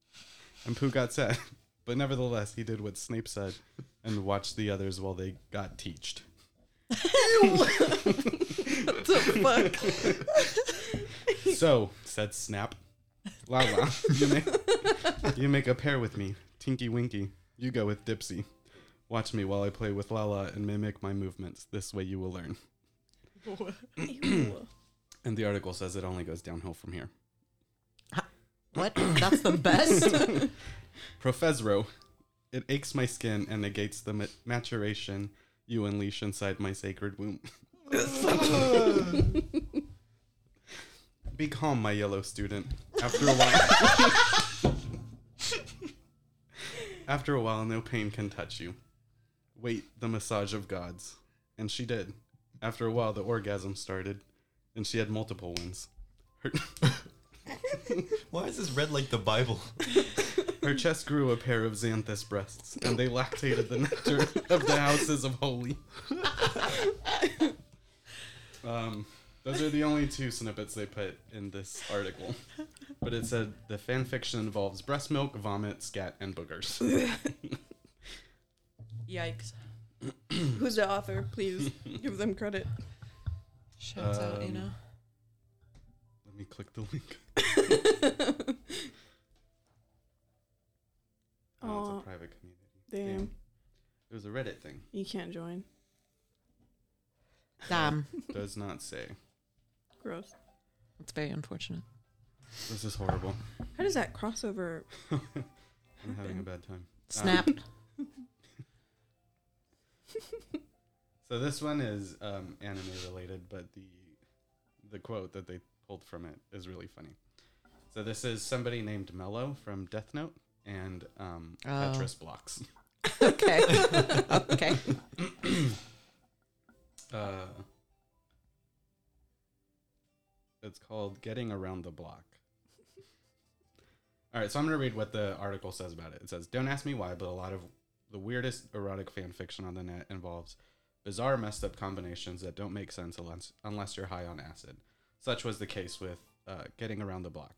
S3: And Pooh got sad, but nevertheless, he did what Snape said and watched the others while they got teached.
S4: Fuck.
S3: So, said Snap, La La, you make, you make a pair with me, Tinky Winky. You go with Dipsy. Watch me while I play with Lala and mimic my movements. This way you will learn.
S4: Ew.
S3: And the article says it only goes downhill from here.
S5: What? That's the best.
S3: Profesro, it aches my skin and negates the ma- maturation you unleash inside my sacred womb. Be calm, my yellow student. after a while. after a while, no pain can touch you. Wait, the massage of gods. And she did. After a while, the orgasm started, and she had multiple ones. Her,
S6: Why is this red like the Bible?
S3: her chest grew a pair of xanthus breasts, and they lactated the nectar of the houses of holy. Um, those are the only two snippets they put in this article. But it said the fan fiction involves breast milk, vomit, scat, and boogers.
S5: Yikes.
S4: Who's the author? Please give them credit.
S5: Shouts out, you
S3: Um,
S5: know.
S3: Let me click the link. Oh, it's
S4: Aw.
S3: a private community.
S4: Damn,
S3: It was a Reddit thing.
S4: you can't join.
S5: Damn.
S3: Does not say.
S4: Gross.
S5: It's very unfortunate.
S3: This is horrible.
S4: How does that crossover?
S3: I'm having a bad time.
S5: Snap.
S3: So this one is um, anime related, but the the quote that they pulled from it is really funny. So this is somebody named Mello from Death Note and um,
S5: Oh.
S3: Tetris Blocks.
S5: okay. okay.
S3: Uh, it's called Getting Around the Block. All right, so I'm going to read what the article says about it. It says, Don't ask me why, but a lot of the weirdest erotic fan fiction on the net involves bizarre, messed up combinations that don't make sense unless, unless you're high on acid. Such was the case with uh, Getting Around the Block,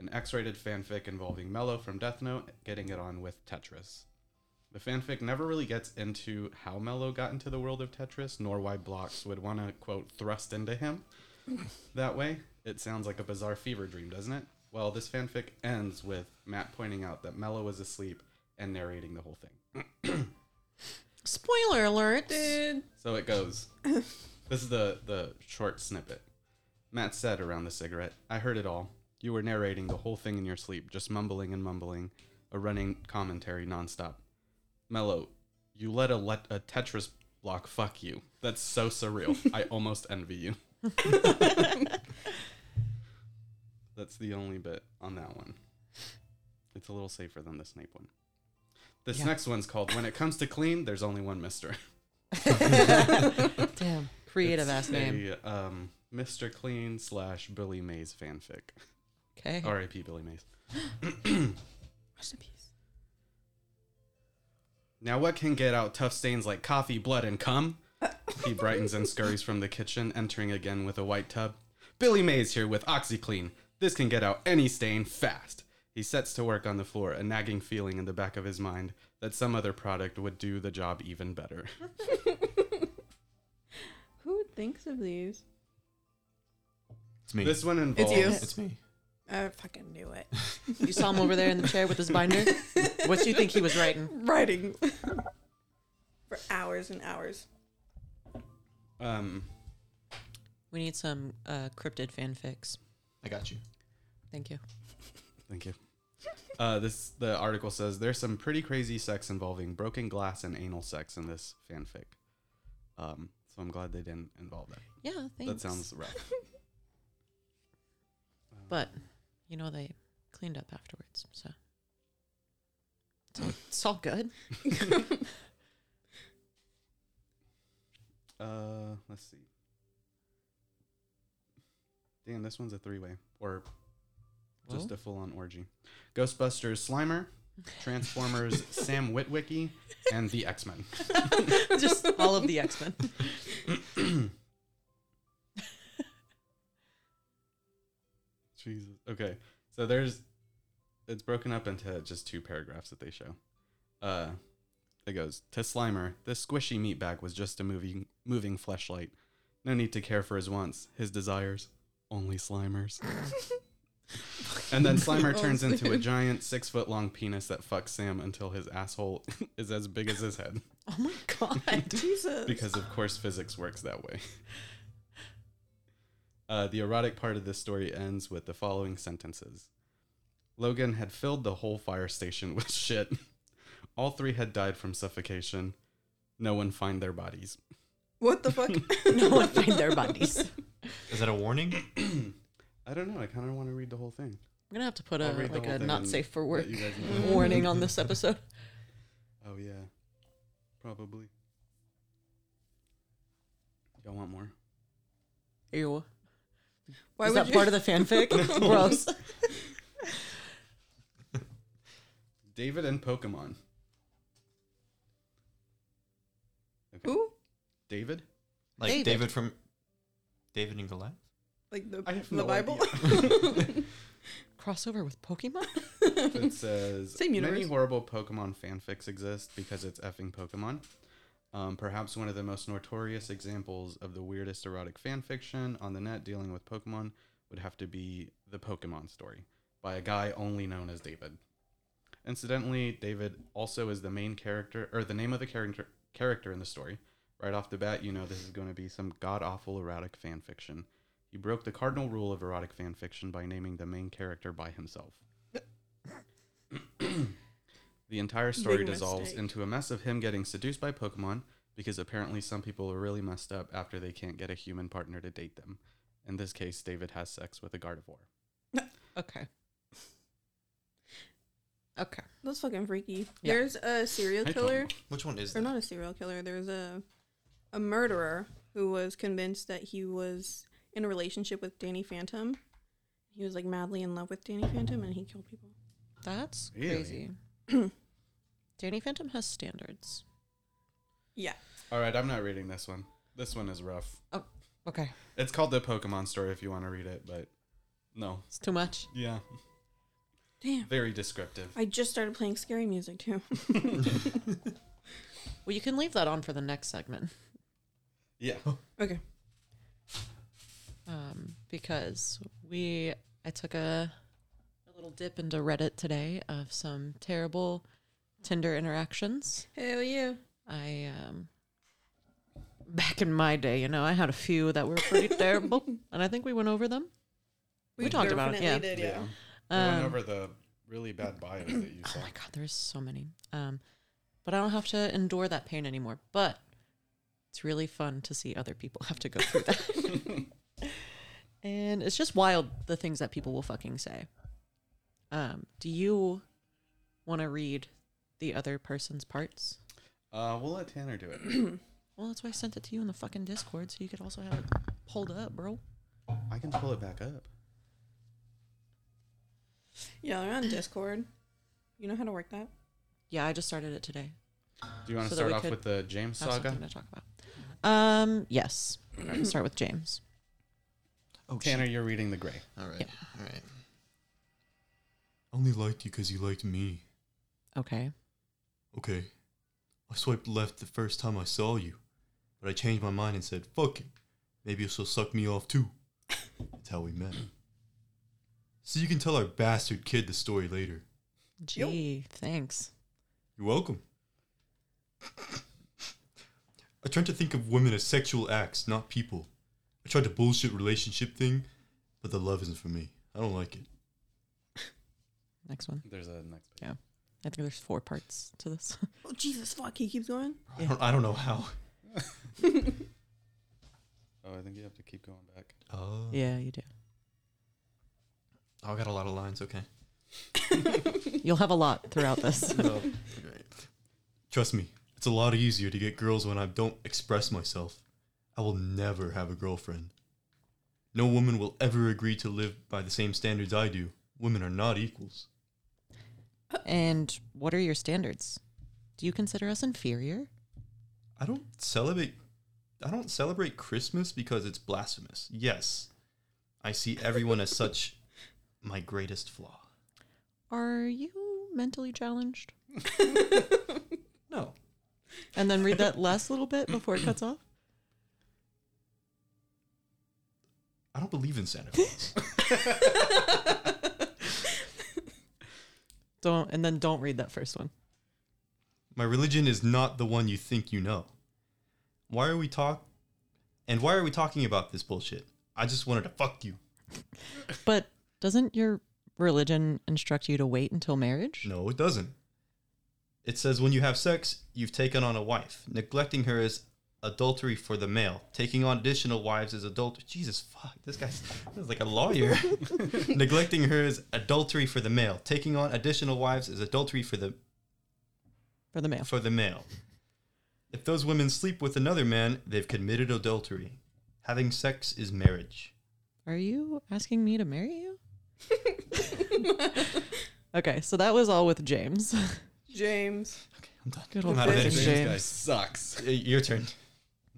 S3: an X rated fanfic involving Mello from Death Note getting it on with Tetris. The fanfic never really gets into how Mello got into the world of Tetris, nor why Blocks would want to, quote, thrust into him that way. It sounds like a bizarre fever dream, doesn't it? Well, this fanfic ends with Matt pointing out that Mello was asleep and narrating the whole thing.
S5: Spoiler alert.
S3: So it goes. this is the, the short snippet. Matt said around the cigarette, I heard it all. You were narrating the whole thing in your sleep, just mumbling and mumbling, a running commentary nonstop. Mello, you let a, let a Tetris block fuck you. That's so surreal. I almost envy you. That's the only bit on that one. It's a little safer than the Snape one. This
S5: Yeah.
S3: next one's called When It Comes to Clean, There's Only One Mister.
S5: Damn. Creative ass
S3: It's
S5: name.
S3: a, um, Mr. Clean slash Billy Mays fanfic.
S5: Okay.
S3: R.I.P. Billy Mays.
S4: Rest in peace.
S3: Now, what can get out tough stains like coffee, blood, and cum? He brightens and scurries from the kitchen, entering again with a white tub. Billy Mays here with OxyClean. This can get out any stain fast. He sets to work on the floor, a nagging feeling in the back of his mind that some other product would do the job even better.
S4: Who thinks of these?
S6: It's me.
S3: This one involves.
S4: you.
S6: It's me.
S4: I fucking knew it.
S5: You saw him over there in the chair with his binder. What do you think he was writing?
S4: Writing for hours and hours.
S3: Um,
S5: We need some uh, cryptid fanfics.
S6: I got you.
S5: Thank you.
S3: Thank you. Uh, this the article says there's some pretty crazy sex involving broken glass and anal sex in this fanfic. Um, so I'm glad they didn't involve that.
S5: Yeah, thanks.
S3: That sounds rough.
S5: But you know they cleaned up afterwards, so it's all, it's all good.
S3: Uh, let's see. Damn, this one's a three-way or just
S5: Well.
S3: a full-on orgy. Ghostbusters Slimer, Transformers Sam Witwicky, and the X-Men.
S5: Just all of the X Men.
S3: Jesus. Okay. So there's it's broken up into just two paragraphs that they show. Uh it goes to Slimer, this squishy meatbag was just a moving moving fleshlight. No need to care for his wants, his desires, only Slimer's. and then Slimer turns into a giant six foot long penis that fucks Sam until his asshole is as big as his head.
S5: Oh my god.
S4: Jesus.
S3: Because of course physics works that way. Uh, the erotic part of this story ends with the following sentences. Logan had filled the whole fire station with shit. All three had died from suffocation. No one find their bodies.
S4: what the fuck?
S5: no one find their bodies.
S6: Is that a warning?
S3: I don't know. I kind of want to read the whole thing.
S5: We're gonna have to put
S3: I'll
S5: a
S3: read the
S5: like
S3: whole
S5: a
S3: thing
S5: not
S3: and
S5: safe for
S3: Let
S5: work
S3: you guys know.
S4: Mm.
S5: warning on this episode.
S3: Oh yeah, probably. Y'all want more?
S5: Ew.
S4: Why
S5: Is
S4: would
S5: that
S4: you?
S5: part of the fanfic? Gross.
S3: David and Pokemon. Okay.
S4: Who?
S3: David?
S6: Like
S5: David.
S6: David, from David and Goliath.
S4: Like the,
S3: I have
S4: the
S3: no
S4: Bible?
S5: Crossover with Pokemon?
S3: It says
S4: Same
S3: many
S4: universe.
S3: horrible Pokemon fanfics exist because it's effing Pokemon. Um, perhaps one of the most notorious examples of the weirdest erotic fanfiction on the net dealing with Pokemon would have to be the Pokemon story by a guy only known as David. Incidentally, David also is the main character or the name of the character character in the story. Right off the bat, you know this is going to be some god awful erotic fanfiction. He broke the cardinal rule of erotic fanfiction by naming the main character by himself. the entire story
S4: Big
S3: dissolves
S4: mistake.
S3: into a mess of him getting seduced by Pokemon because apparently some people are really messed up after they can't get a human partner to date them. In this case, David has sex with a Gardevoir.
S5: Okay. Okay.
S4: That's fucking freaky.
S5: Yeah.
S4: There's a serial
S3: I don't-
S4: killer.
S6: Which one is
S4: or
S6: that?
S4: not a serial killer. There's a a murderer who was convinced that he was in a relationship with Danny Phantom. He was like madly in love with Danny Phantom, and he killed people.
S5: That's
S3: Really?
S5: crazy. Danny Phantom has standards.
S4: Yeah,
S3: All right, I'm not reading this one. This one is rough.
S5: Okay.
S3: It's called the Pokemon story if you want to read it, but no.
S5: It's too much.
S3: Yeah.
S4: damn.
S3: Very descriptive.
S4: I just started playing scary music too.
S5: Well, you can leave that on for the next segment.
S3: Yeah.
S4: okay,
S5: um, because we I took a, a little dip into Reddit today of some terrible Tinder interactions.
S4: hell yeah.
S5: I um, back in my day, you know, I had a few that were pretty terrible, and I think we went over them. We talked about it,
S4: definitely
S5: yeah.
S4: Did, yeah.
S3: I went
S5: Um,
S3: over the really bad bios that you
S5: Oh
S3: saw.
S5: my god, there's so many. Um, but I don't have to endure that pain anymore. But it's really fun to see other people have to go through that. and it's just wild the things that people will fucking say. Um, do you want to read the other person's parts?
S3: Uh, we'll let Tanner do it.
S5: Well, that's why I sent it to you in the fucking Discord, so you could also have it pulled up, bro.
S3: I can pull it back up.
S4: Yeah, they're on Discord. You know how to work that?
S5: Yeah, I just started it today.
S3: Do you want to
S5: So that
S3: start
S5: we
S3: off
S5: could
S3: with the James
S5: Have
S3: saga?
S5: something to talk about. Um, yes. Let's start with James.
S6: Oh,
S3: Tanner, you're reading the gray.
S6: All right.
S5: Yeah.
S6: All right. Only liked you because you liked me.
S5: Okay.
S6: Okay. I swiped left the first time I saw you, but I changed my mind and said, fuck it. Maybe she'll suck me off too. That's how we met. So you can tell our bastard kid the story later.
S5: Gee, thanks.
S6: You're welcome. I tried to think of women as sexual acts, not people. I tried the bullshit relationship thing, but the love isn't for me. I don't like it.
S5: Next one.
S3: There's a next page.
S5: I think there's four parts to this.
S4: Oh Jesus fuck! He keeps going.
S6: I, don't, I don't know how.
S3: Oh, I think you have to keep going back.
S6: Oh.
S5: yeah, you do.
S6: I got a lot of lines, okay.
S5: You'll have a lot throughout this.
S6: Trust me, it's a lot easier to get girls when I don't express myself. I will never have a girlfriend. No woman will ever agree to live by the same standards I do. Women are not equals.
S5: and what are your standards? Do you consider us inferior?
S6: I don't celebrate I don't celebrate Christmas because it's blasphemous. Yes. I see everyone as such my greatest flaw.
S5: Are you mentally challenged?
S6: No.
S5: And then read that last little bit before it cuts off.
S6: I don't believe in Santa Claus.
S5: Don't and then don't read that first one.
S6: My religion is not the one you think you know. Why are we talk and why are we talking about this bullshit? I just wanted to fuck you.
S5: But doesn't your religion instruct you to wait until marriage?
S6: No, it doesn't. It says when you have sex, you've taken on a wife. Neglecting her is adultery for the male. Taking on additional wives is adultery. Jesus fuck, this guy's this is like a lawyer. Neglecting her is adultery for the male. Taking on additional wives is adultery for the
S5: for the male.
S6: for the male. If those women sleep with another man, they've committed adultery. Having sex is marriage.
S5: Are you asking me to marry you? okay, so that was all with James.
S4: James.
S6: Okay, I'm done.
S5: Good
S6: I'm
S5: old
S6: out of
S5: fashioned
S6: there.
S3: This guy
S5: James.
S3: sucks.
S6: Uh, Your turn.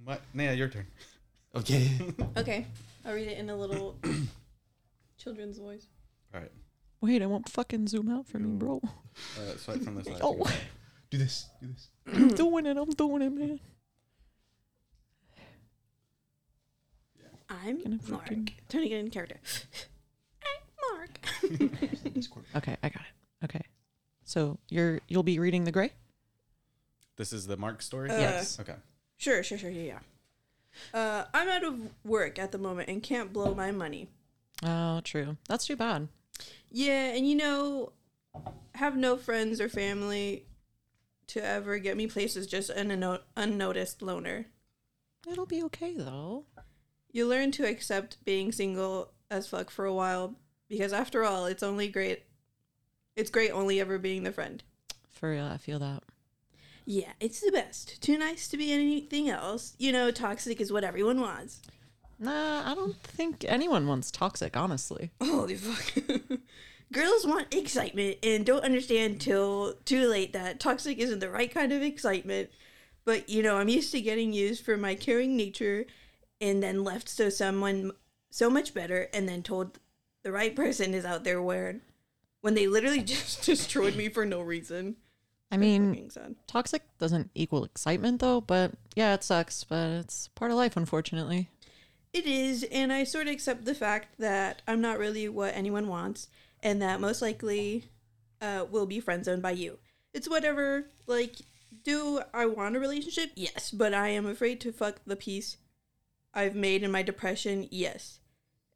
S3: My, Naya, your turn.
S6: Okay.
S4: Okay. I'll read it in a little children's voice.
S3: All right.
S5: Wait, I won't fucking zoom out for me,
S3: Ooh.
S5: bro.
S3: Uh, swipe from the side.
S5: Oh.
S6: Do this. Do this.
S5: I'm doing it. I'm doing it, man.
S4: I'm
S5: Gonna
S4: Mark.
S5: fucking-
S4: Trying to get in character. I'm Mark.
S5: Okay, I got it. Okay, so you're you'll be reading the gray.
S3: This is the Mark story?
S4: Uh, Yes.
S3: Okay.
S4: Sure, sure, sure, yeah, yeah. Uh, I'm out of work at the moment and can't blow my money.
S5: Oh, true. That's too bad.
S4: Yeah, and you know, have no friends or family to ever get me places, just an unno- unnoticed loner.
S5: It'll be okay though.
S4: You learn to accept being single as fuck for a while because after all, it's only great. It's great only ever being the friend.
S5: For real, I feel that.
S4: Yeah, it's the best. Too nice to be anything else. You know, toxic is what everyone wants.
S5: Nah, I don't think anyone wants toxic. Honestly,
S4: Holy fuck. Girls want excitement and don't understand till too late that toxic isn't the right kind of excitement. But you know, I'm used to getting used for my caring nature and then left so someone so much better and then told the right person is out there where when they literally just destroyed me for no reason.
S5: I mean,
S4: Fucking sad.
S5: Toxic doesn't equal excitement though, but yeah, it sucks, but it's part of life, unfortunately.
S4: It is, and I sort of accept the fact that I'm not really what anyone wants, and that most likely uh, will be friend zoned by you. It's whatever. Like, do I want a relationship? Yes, but I am afraid to fuck the peace I've made in my depression. Yes.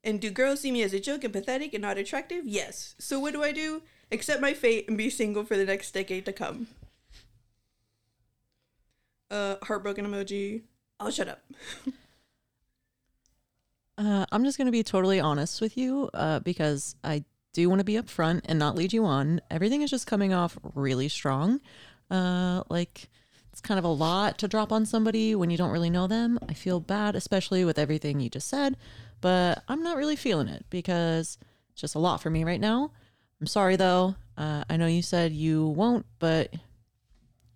S4: And do girls see me as a joke and pathetic and not attractive? Yes. So what do I do? Accept my fate and be single for the next decade to come. Uh, heartbroken emoji. I'll shut up.
S5: Uh, I'm just going to be totally honest with you uh, because I do want to be upfront and not lead you on. Everything is just coming off really strong. Uh, like, it's kind of a lot to drop on somebody when you don't really know them. I feel bad, especially with everything you just said, but I'm not really feeling it because it's just a lot for me right now. I'm sorry though. Uh, I know you said you won't, but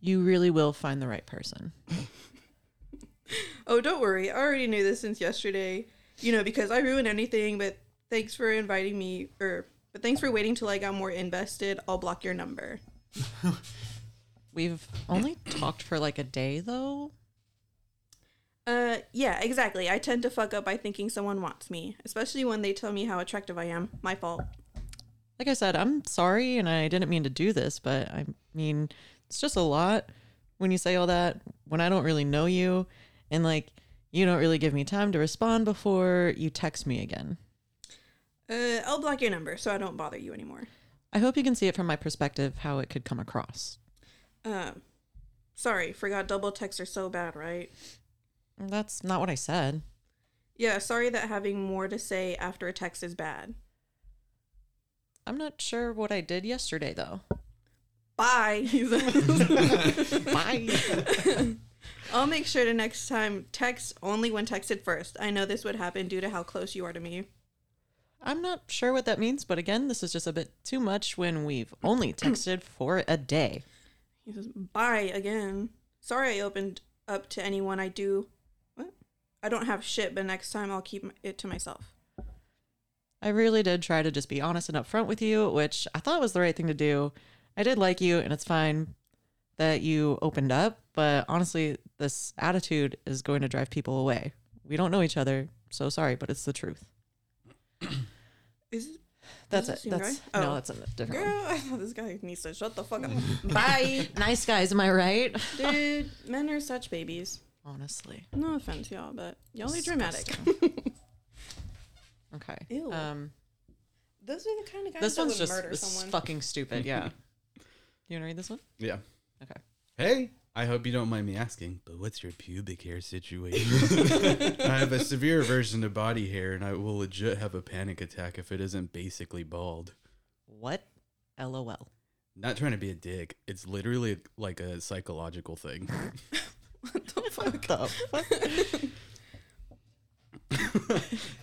S5: you really will find the right person.
S4: Oh, don't worry. I already knew this since yesterday. You know, because I ruin anything, but thanks for inviting me or but thanks for waiting till I got more invested. I'll block your number.
S5: We've only talked for like a day though.
S4: Uh yeah, exactly. I tend to fuck up by thinking someone wants me, especially when they tell me how attractive I am. My fault.
S5: Like I said, I'm sorry and I didn't mean to do this, but I mean, it's just a lot when you say all that when I don't really know you and like you don't really give me time to respond before you text me again.
S4: Uh I'll block your number so I don't bother you anymore.
S5: I hope you can see it from my perspective how it could come across.
S4: Uh sorry, forgot double texts are so bad, right?
S5: That's not what I said.
S4: Yeah, sorry that having more to say after a text is bad.
S5: I'm not sure what I did yesterday though.
S4: Bye.
S5: Bye.
S4: I'll make sure to next time text only when texted first. I know this would happen due to how close you are to me.
S5: I'm not sure what that means, but again, this is just a bit too much when we've only texted for a day.
S4: He says, Bye again. Sorry I opened up to anyone I do. What? I don't have shit, but next time I'll keep it to myself.
S5: I really did try to just be honest and upfront with you, which I thought was the right thing to do. I did like you, and it's fine that you opened up, but honestly, this attitude is going to drive people away. We don't know each other, so sorry, but it's the truth.
S4: Is this
S5: That's
S4: Does it
S5: it.
S4: seem
S5: That's
S4: right?
S5: no,
S4: Oh.
S5: that's a different. one.
S4: girl? I thought this guy needs to shut the fuck up. Bye.
S5: Nice guys, am I right?
S4: Dude, men are such babies.
S5: Honestly,
S4: No offense, y'all, but y'all are dramatic.
S5: okay.
S4: Ew.
S5: Um,
S4: Those are the kind of guys
S5: this
S4: that
S5: one's
S4: would
S5: just
S4: murder
S5: it's
S4: someone.
S5: fucking stupid. Yeah. you wanna read this one?
S3: Yeah.
S5: Okay.
S3: Hey. I hope you don't mind me asking, but what's your pubic hair situation? I have a severe aversion to body hair, and I will legit have a panic attack if it isn't basically bald.
S5: What? LOL.
S3: Not trying to be a dick. It's literally like a psychological thing.
S4: What the fuck?
S5: the fuck?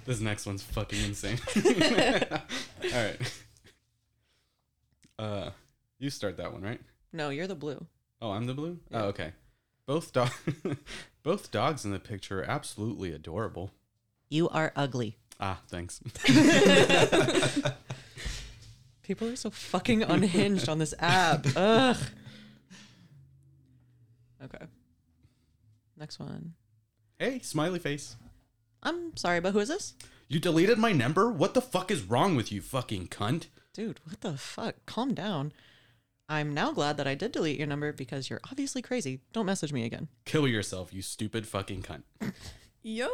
S3: this next one's fucking insane. All right. Uh, you start that one, right?
S5: No, you're the blue.
S3: Oh, I'm the blue. Oh, okay. Both dog, both dogs in the picture are absolutely adorable.
S5: You are ugly.
S3: Ah, thanks.
S5: People are so fucking unhinged on this app. Ugh. Okay. Next one.
S3: hey, smiley face.
S5: I'm sorry, but who is this?
S3: You deleted my number? What the fuck is wrong with you, fucking cunt?
S5: Dude, what the fuck? Calm down. I'm now glad that I did delete your number because you're obviously crazy. Don't message me again.
S3: Kill yourself, you stupid fucking cunt.
S4: Yo,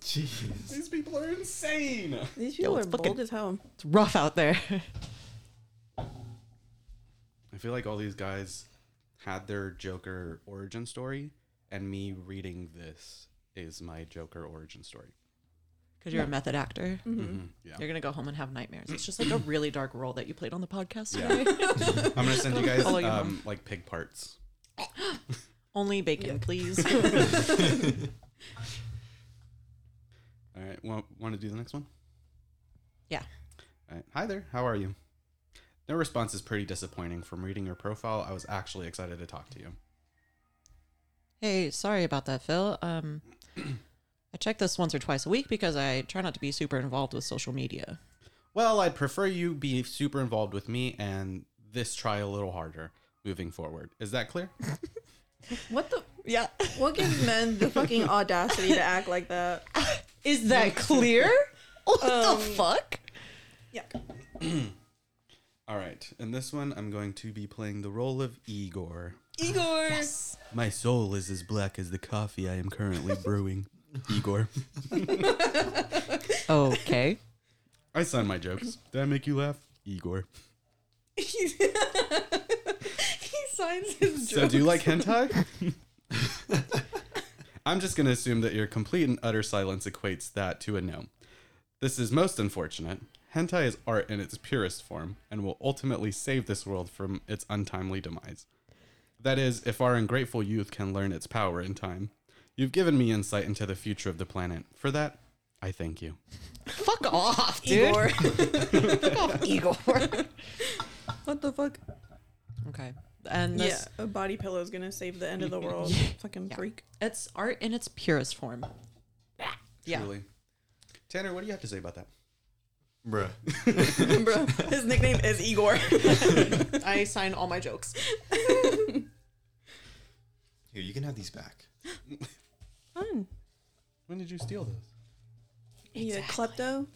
S6: Jeez.
S3: These people are insane.
S4: these people
S5: it's
S4: are
S5: fucking-
S4: bold as hell.
S5: It's rough out there.
S3: I feel like all these guys had their Joker origin story, and me reading this is my Joker origin story.
S5: Because you're a method actor.
S3: Mm-hmm. Yeah.
S5: You're going to go home and have nightmares. It's just like a really dark role that you played on the podcast
S3: Yeah.
S5: today.
S3: I'm gonna send you guys
S5: Follow your
S3: um, like pig parts.
S5: Only bacon, please.
S3: All right, want, want to do the next one?
S5: Yeah.
S3: All right. Hi there. How are you? No response is pretty disappointing. From reading your profile, I was actually excited to talk to you.
S5: Hey, sorry about that, Phil. Um, I check this once or twice a week because I try not to be super involved with social media.
S3: Well, I'd prefer you be super involved with me and this try a little harder moving forward. Is that clear?
S4: What the?
S5: Yeah.
S4: What gives men the fucking audacity to act like that?
S5: Is that clear? what
S4: Um,
S5: the fuck?
S4: Yeah.
S3: All right. In this one, I'm going to be playing the role of Igor.
S4: Igor.
S3: My soul is as black as the coffee I am currently brewing. Igor.
S5: Okay.
S3: I sign my jokes. Did I make you laugh? Igor.
S4: he signs his
S3: So, do you like hentai? I'm just going to assume that your complete and utter silence equates that to a no. This is most unfortunate. Hentai is art in its purest form and will ultimately save this world from its untimely demise. That is, if our ungrateful youth can learn its power in time. You've given me insight into the future of the planet. For that, I thank you.
S5: Fuck off, dude. Igor. Fuck off, Igor.
S4: What the fuck?
S5: okay. And this,
S4: yeah, a body pillow is gonna save the end of the world. Fucking freak.
S5: it's art in its purest form.
S4: Ah.
S5: Yeah.
S3: Truly. Tanner, what do you have to say about that?
S6: Bruh.
S4: Bro, his nickname is Igor.
S5: I sign all my jokes.
S6: Here, you can have these back.
S4: Fun.
S3: When did you steal those?
S4: You a klepto?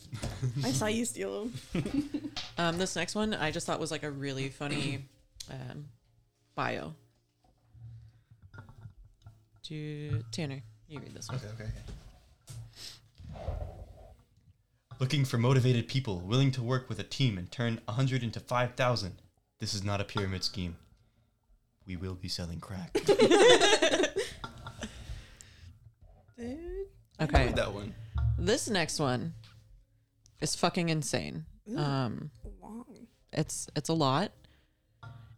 S4: I saw you steal him.
S5: Um, this next one I just thought was like a really funny um, bio. To Tanner, you read this one.
S6: Okay, okay. Looking for motivated people willing to work with a team and turn 100 into 5,000. This is not a pyramid scheme. We will be selling crack.
S4: Dude.
S5: Okay.
S6: that one.
S5: This next one is fucking insane. Um,
S4: Long.
S5: it's it's a lot,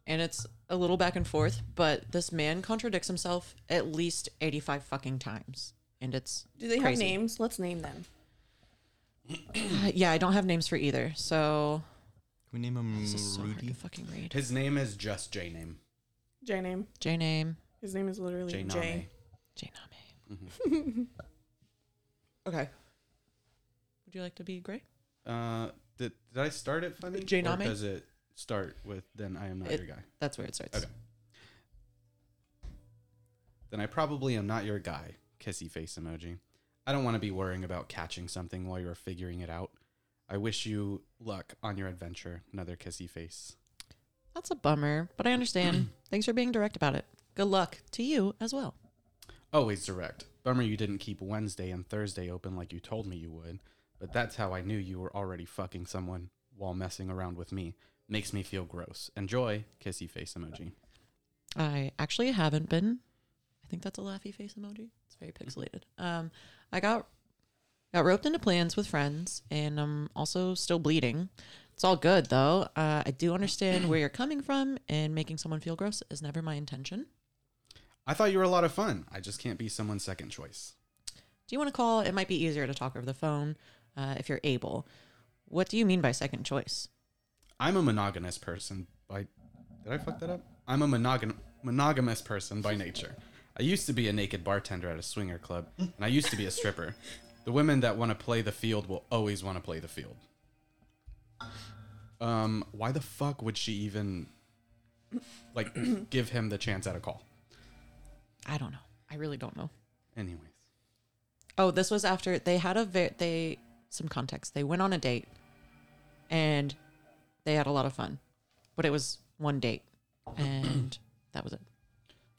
S5: and it's a little back and forth. But this man contradicts himself at least eighty-five fucking times, and it's
S4: Do they have
S5: Crazy.
S4: names? Let's name them.
S5: yeah. I don't have names for either, so
S6: Can we name him
S5: this is so hard
S6: Rudy?
S5: to fucking read.
S3: His name is just J name.
S4: J name.
S5: J name
S4: His name is literally
S3: J
S4: J.
S3: Name.
S5: J name.
S3: Mm-hmm.
S5: okay. Would you like to be gray?
S3: Uh, did, did I start it funny?
S5: Jay
S3: Or
S5: Name?
S3: Does it start with then I am not
S5: It-
S3: your guy?
S5: That's where it starts.
S3: Okay. Then I probably am not your guy. Kissy face emoji. I don't want to be worrying about catching something while you're figuring it out. I wish you luck on your adventure. Another kissy face.
S5: That's a bummer, but I understand. Thanks for being direct about it. Good luck to you as well.
S3: Always direct. Bummer you didn't keep Wednesday and Thursday open like you told me you would, but that's how I knew you were already fucking someone while messing around with me. Makes me feel gross. Enjoy. Kissy face emoji.
S5: I actually haven't been. I think that's a laughy face emoji. It's very pixelated. Um, I got got roped into plans with friends, and I'm also still bleeding. It's all good though. Uh, I do understand where you're coming from, and making someone feel gross is never my intention.
S3: I thought you were a lot of fun. I just can't be someone's second choice.
S5: Do you want to call? It might be easier to talk over the phone uh, if you're able. What do you mean by second choice?
S3: I'm a monogamous person by. Did I fuck that up? I'm a monogam- monogamous person by nature. I used to be a naked bartender at a swinger club, and I used to be a stripper. The women that want to play the field will always want to play the field. Um, why the fuck would she even like give him the chance at a call?
S5: I don't know. I really don't know.
S3: Anyways,
S5: Oh, this was after they had a ve- they some context. They went on a date, and they had a lot of fun, but it was one date, and that was it.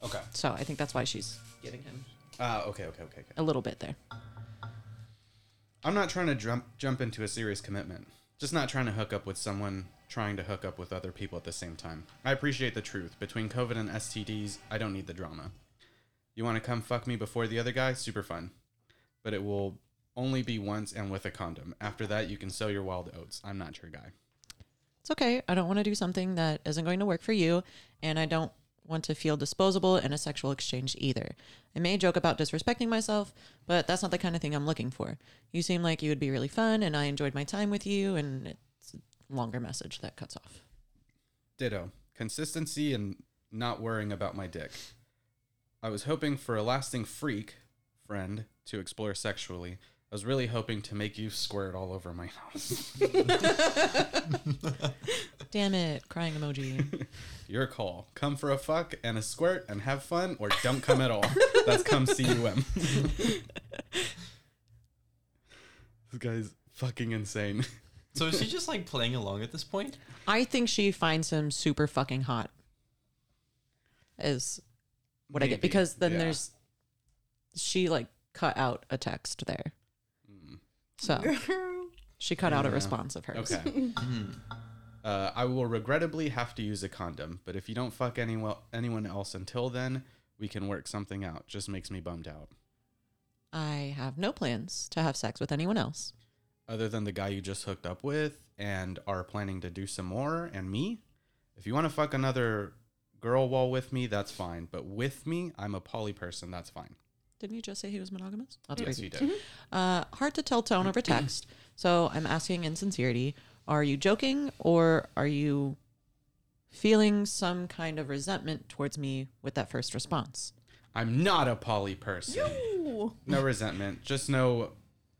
S3: okay.
S5: So I think that's why she's giving him
S3: Ah, okay, okay, okay, okay.
S5: a little bit there.
S3: I'm not trying to jump jump into a serious commitment. Just not trying to hook up with someone trying to hook up with other people at the same time. I appreciate the truth. Between COVID and STDs, I don't need the drama. You want to come fuck me before the other guy? Super fun. But it will only be once and with a condom. After that, you can sow your wild oats. I'm not your guy.
S5: It's okay. I don't want to do something that isn't going to work for you, and I don't want to feel disposable in a sexual exchange either. I may joke about disrespecting myself, but that's not the kind of thing I'm looking for. You seem like you would be really fun, and I enjoyed my time with you, and it's a longer message that cuts off.
S3: Ditto. Consistency and not worrying about my dick. I was hoping for a lasting freak friend to explore sexually. I was really hoping to make you squirt all over my house.
S5: Damn it, crying emoji.
S3: Your call. Come for a fuck and a squirt and have fun, or don't come at all. That's come cum. this guy's fucking insane.
S6: So is she just like playing along at this point?
S5: I think she finds him super fucking hot. Is what I get
S3: Maybe,
S5: because then
S3: yeah.
S5: there's she like cut out a text there. So she cut out a
S3: Mm. Yeah.
S5: response of hers.
S3: Okay. Hmm. uh, I will regrettably have to use a condom, but if you don't fuck anyone anyone else until then, we can work something out. Just makes me bummed out.
S5: I have no plans to have sex with anyone else.
S3: Other than the guy you just hooked up with and are planning to do some more, and me. If you want to fuck another girl while with me, that's fine. But with me, I'm a poly person. That's fine.
S5: Didn't you just say he was monogamous? That's
S3: Yes,
S5: crazy.
S3: you did.
S5: Uh, hard to tell tone over text. So I'm asking in sincerity are you joking or are you feeling some kind of resentment towards me with that first response?
S3: I'm not a poly person.
S4: Ooh.
S3: No resentment. Just know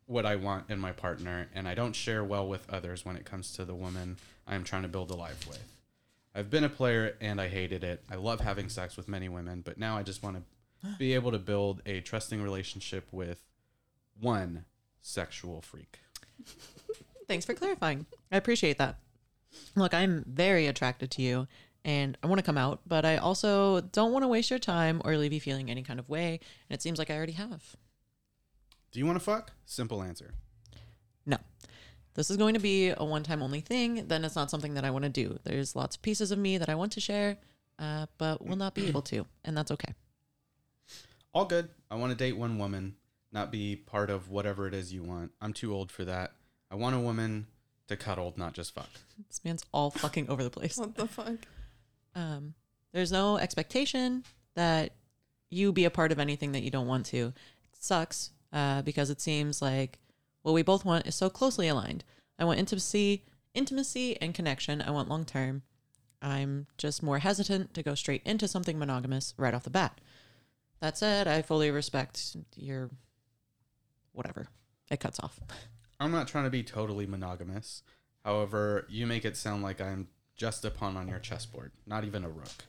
S3: what I want in my partner, and I don't share well with others when it comes to the woman I am trying to build a life with. I've been a player and I hated it. I love having sex with many women, but now I just want to be able to build a trusting relationship with one sexual freak.
S5: Thanks for clarifying. I appreciate that. Look, I'm very attracted to you and I want to come out, but I also don't want to waste your time or leave you feeling any kind of way. And it seems like I already have.
S3: Do you want to fuck? Simple answer.
S5: No. This is going to be a one time only thing. Then it's not something that I want to do. There's lots of pieces of me that I want to share, uh, but will not be able to. And that's okay.
S3: All good. I want to date one woman, not be part of whatever it is you want. I'm too old for that. I want a woman to cuddle, not just fuck.
S5: This man's all fucking over the place.
S4: What the fuck?
S5: Um, there's no expectation that you be a part of anything that you don't want to. It sucks uh, because it seems like what we both want is so closely aligned. I want intimacy, intimacy and connection. I want long term. I'm just more hesitant to go straight into something monogamous right off the bat. That said, I fully respect your whatever. It cuts off.
S3: I'm not trying to be totally monogamous. However, you make it sound like I'm just a pawn on your chessboard, not even a rook.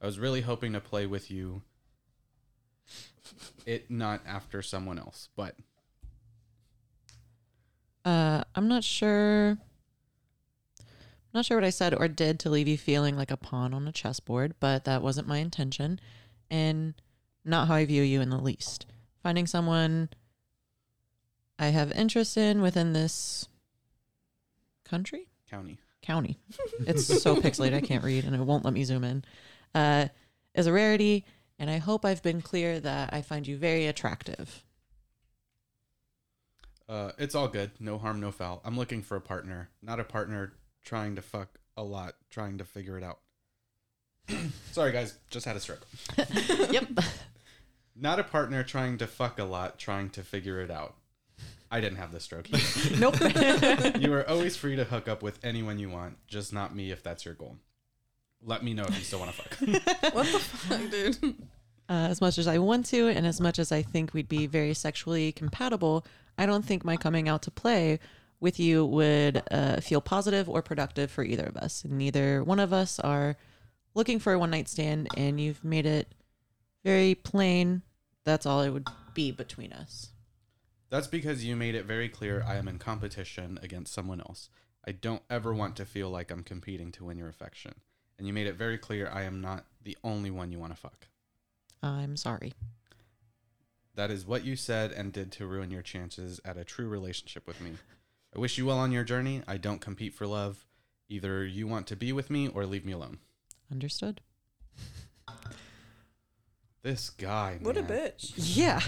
S3: I was really hoping to play with you. It not after someone else, but
S5: Uh, I'm not sure. Not sure what I said or did to leave you feeling like a pawn on a chessboard, but that wasn't my intention, and not how I view you in the least. Finding someone I have interest in within this country
S3: county.
S5: county. It's so pixelated I can't read, and it won't let me zoom in. Uh, is a rarity, and I hope I've been clear that I find you very attractive.
S3: Uh, it's all good. No harm, no foul. I'm looking for a partner, not a partner trying to fuck a lot, trying to figure it out. Sorry, guys. Just had a stroke.
S5: yep.
S3: Not a partner trying to fuck a lot, trying to figure it out. I didn't have the stroke.
S5: Nope.
S3: you are always free to hook up with anyone you want, just not me if that's your goal. Let me know if you still want to fuck.
S4: What the fuck, dude?
S5: uh, as much as I want to, and as much as I think we'd be very sexually compatible, I don't think my coming out to play with you would uh, feel positive or productive for either of us. Neither one of us are looking for a one night stand, and you've made it very plain. That's all it would be between us.
S3: That's because you made it very clear I am in competition against someone else. I don't ever want to feel like I'm competing to win your affection. And you made it very clear I am not the only one you want to fuck.
S5: I'm sorry.
S3: That is what you said and did to ruin your chances at a true relationship with me. I wish you well on your journey. I don't compete for love. Either you want to be with me or leave me alone.
S5: Understood?
S3: This guy.
S4: What a
S3: man.
S4: bitch.
S5: Yeah.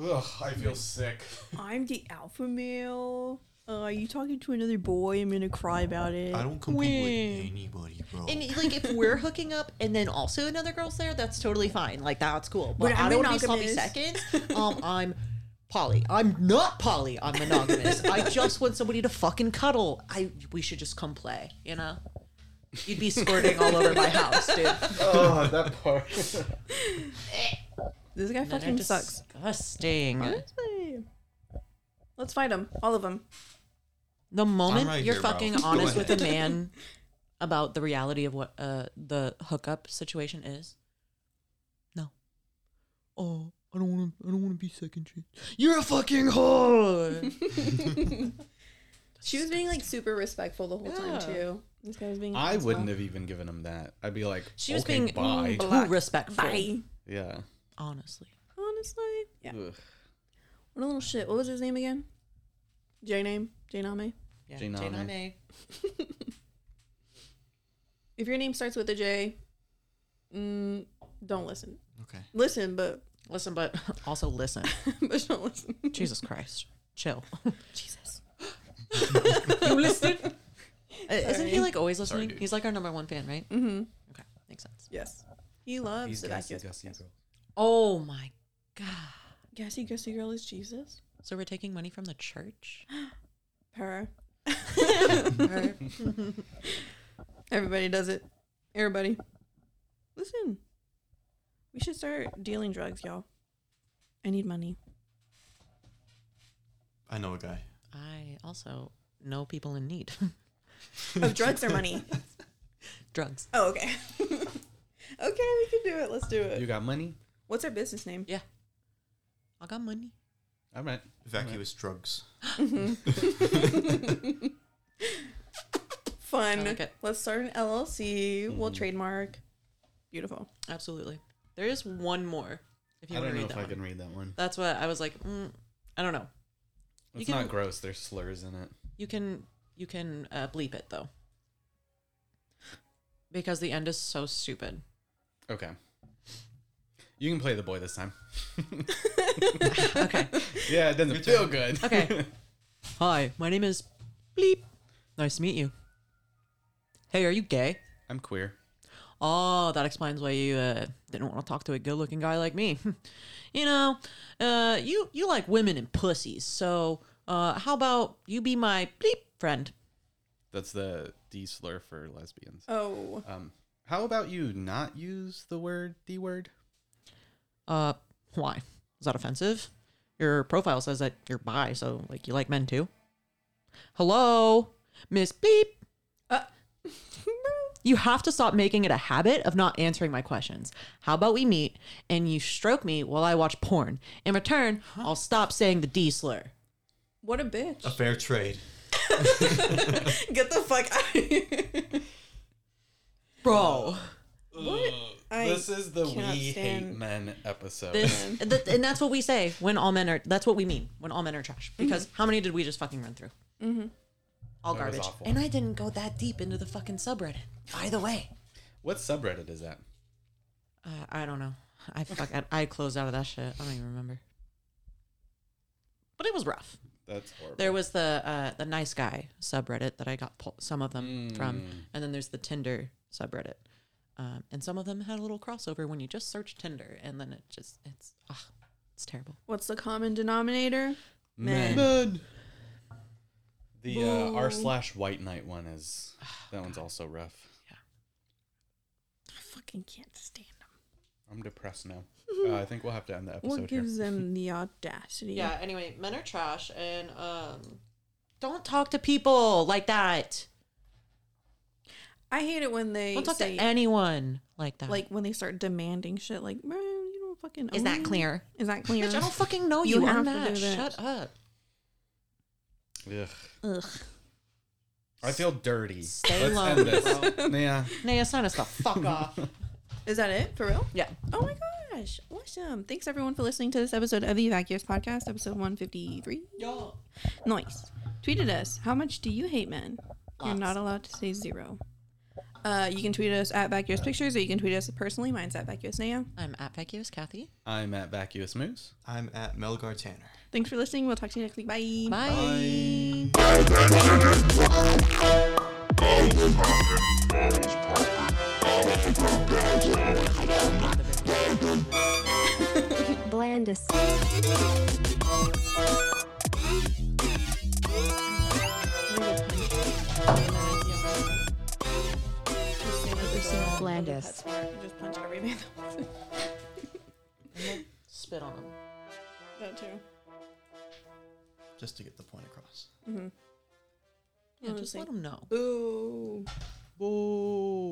S3: Ugh, I feel sick.
S4: I'm the alpha male. Uh, are you talking to another boy? I'm gonna cry about it.
S6: I don't compete with anybody, bro.
S5: And like if we're hooking up and then also another girl's there, that's totally fine. Like that's cool. But
S4: But
S5: I
S4: I'm
S5: don't want to be sloppy
S4: monogamous.
S5: seconds. Um, I'm poly. I'm not poly. I'm monogamous. I just want somebody to fucking cuddle. I we should just come play. You know, you'd be squirting all over my house, dude.
S3: oh, that part.
S4: This guy
S5: They're
S4: fucking sucks.
S5: Disgusting.
S4: Let's fight him, all of them.
S5: The moment
S6: right
S5: you're
S6: here, bro.
S5: fucking
S6: Go
S5: honest with a
S6: ahead.
S5: man about the reality of what uh the hookup situation is, no. Oh, I don't want to. I don't want to be second chance. You're a fucking whore.
S4: She was being like super respectful the whole
S5: Yeah.
S4: time too. This guy was being.
S3: I
S4: responsible.
S3: wouldn't have even given him that. I'd be like,
S5: She was
S3: okay,
S5: being
S3: bye.
S5: too
S4: Black.
S5: respectful.
S4: Bye.
S3: Yeah.
S5: Honestly,
S4: Honestly, yeah.
S3: Ugh.
S4: What a little shit. What was his name again? J name. J Name.
S5: yeah.
S3: Jane
S5: Jane
S3: Austen.
S5: Austen.
S4: If your name starts with a J, mm, don't listen.
S6: okay.
S4: Listen, but
S5: Listen, but also listen.
S4: but don't listen.
S5: Jesus Christ, chill.
S4: Jesus.
S5: you listened? Isn't he
S4: Sorry.
S5: like always
S6: Sorry,
S5: listening?
S6: dude.
S5: He's like our number one fan, right?
S4: Mm-hmm.
S5: Okay, makes sense.
S4: Yes. He loves
S3: He's
S4: the
S3: gassy,
S4: vacuous-
S3: gassy, girl.
S5: Oh my god.
S4: Gassy gassy girl is Jesus.
S5: So we're taking money from the church. Or-
S4: Her. Everybody does it. Everybody. Listen. We should start dealing drugs, y'all. I need money.
S6: I know a guy.
S5: I also know people in need.
S4: Oh, drugs or money?
S5: Drugs.
S4: Oh, okay. okay, we can do it. Let's do
S3: You
S4: it.
S3: got money?
S4: What's our business name?
S5: Yeah. I got money.
S3: All right.
S6: Vacuous drugs.
S4: Fun.
S5: I like it.
S4: Let's start an LLC. We'll
S3: Mm-hmm.
S4: trademark. Beautiful.
S5: Absolutely. There is one more. If you
S3: I
S5: want
S3: don't
S5: to read
S3: know if
S5: that
S3: I
S5: one.
S3: can read that one.
S5: That's what I was like. Mm, I don't know. You
S3: It's
S5: can-
S3: not gross. There's slurs in it.
S5: You can you can uh, bleep it though, because the end is so stupid.
S3: Okay. You can play the boy this time.
S5: Okay.
S3: Yeah, it doesn't feel good.
S5: Okay. Hi, my name is Bleep. Nice to meet you. Hey, are you gay?
S3: I'm queer.
S5: Oh, that explains why you uh, didn't want to talk to a good-looking guy like me. you know, uh, you you like women and pussies. So, uh, how about you be my bleep friend?
S3: That's the D slur for lesbians.
S4: Oh,
S3: Um, how about you not use the word D word?
S5: Uh, why? Is that offensive? Your profile says that you're bi, so like you like men too. Hello, Miss Beep. Uh, You have to stop making it a habit of not answering my questions. How about we meet and you stroke me while I watch porn? In return, I'll stop saying the D slur.
S4: what a bitch.
S6: A
S3: oh.
S6: fair trade.
S4: Get the fuck out of here.
S5: Bro.
S4: I
S3: this is the We
S4: cannot
S3: Hate
S4: stand-
S3: Men episode.
S5: This, th- and that's what we say when all men are, that's what we mean when all men are trash. Because how many did we just fucking run through? Mm-hmm. All
S3: That was
S5: garbage.
S3: awful.
S5: And I didn't go that deep into the fucking subreddit, by the way.
S3: what subreddit is that?
S5: Uh, I don't know. I fuck. I, I closed out of that shit. I don't even remember. But it was rough.
S3: That's horrible.
S5: There was the uh, the nice guy subreddit that I got pull- some of them
S3: Mm.
S5: from, and then there's the Tinder subreddit, um, and some of them had a little crossover when you just search Tinder, and then it just it's ah, it's terrible.
S4: What's the common denominator? Men.
S3: Men. The uh, r slash white knight one is that one's also rough.
S4: I fucking can't stand them.
S3: I'm depressed now. Uh, I think we'll have to end the episode
S4: What
S3: here.
S4: gives them the audacity?
S5: Yeah. Anyway, men are trash, and um, don't talk to people like that.
S4: I hate it when they
S5: Don't talk
S4: say,
S5: to anyone like that.
S4: like when they start demanding shit. Like, bro, you don't fucking.
S5: is that
S4: own-
S5: clear?
S4: Is that clear?
S5: Bitch, I don't fucking know
S4: You
S5: you.
S4: have
S5: I'm
S4: to
S5: not.
S4: do that.
S5: Shut up.
S3: Ugh.
S4: Ugh.
S3: I feel dirty.
S5: Stay
S3: Let's
S5: low,
S3: end this.
S5: bro.
S3: Yeah.
S5: Naya, sign us the fuck off.
S4: Is that it for real?
S5: Yeah.
S4: Oh my gosh! Awesome! Thanks everyone for listening to this episode of the Vacuous Podcast, episode one fifty three. Nice. Tweeted us. How much do you hate men? You're
S5: Lots.
S4: not allowed to say zero. Uh, you can tweet us at Vacuous Pictures, or you can tweet us personally. Mine's at Vacuous Nao.
S5: I'm at Vacuous Kathy.
S3: I'm at Vacuous Moose.
S6: I'm at Melgar Tanner.
S4: Thanks for listening. We'll talk to you next week. Bye.
S5: Bye.
S7: Blandis. Blandis.
S4: Just punch every man.
S5: Spit on him.
S4: that too.
S6: Just to get the point across.
S5: Yeah,
S4: Honestly.
S5: just let him know.
S4: Ooh.
S3: Boo.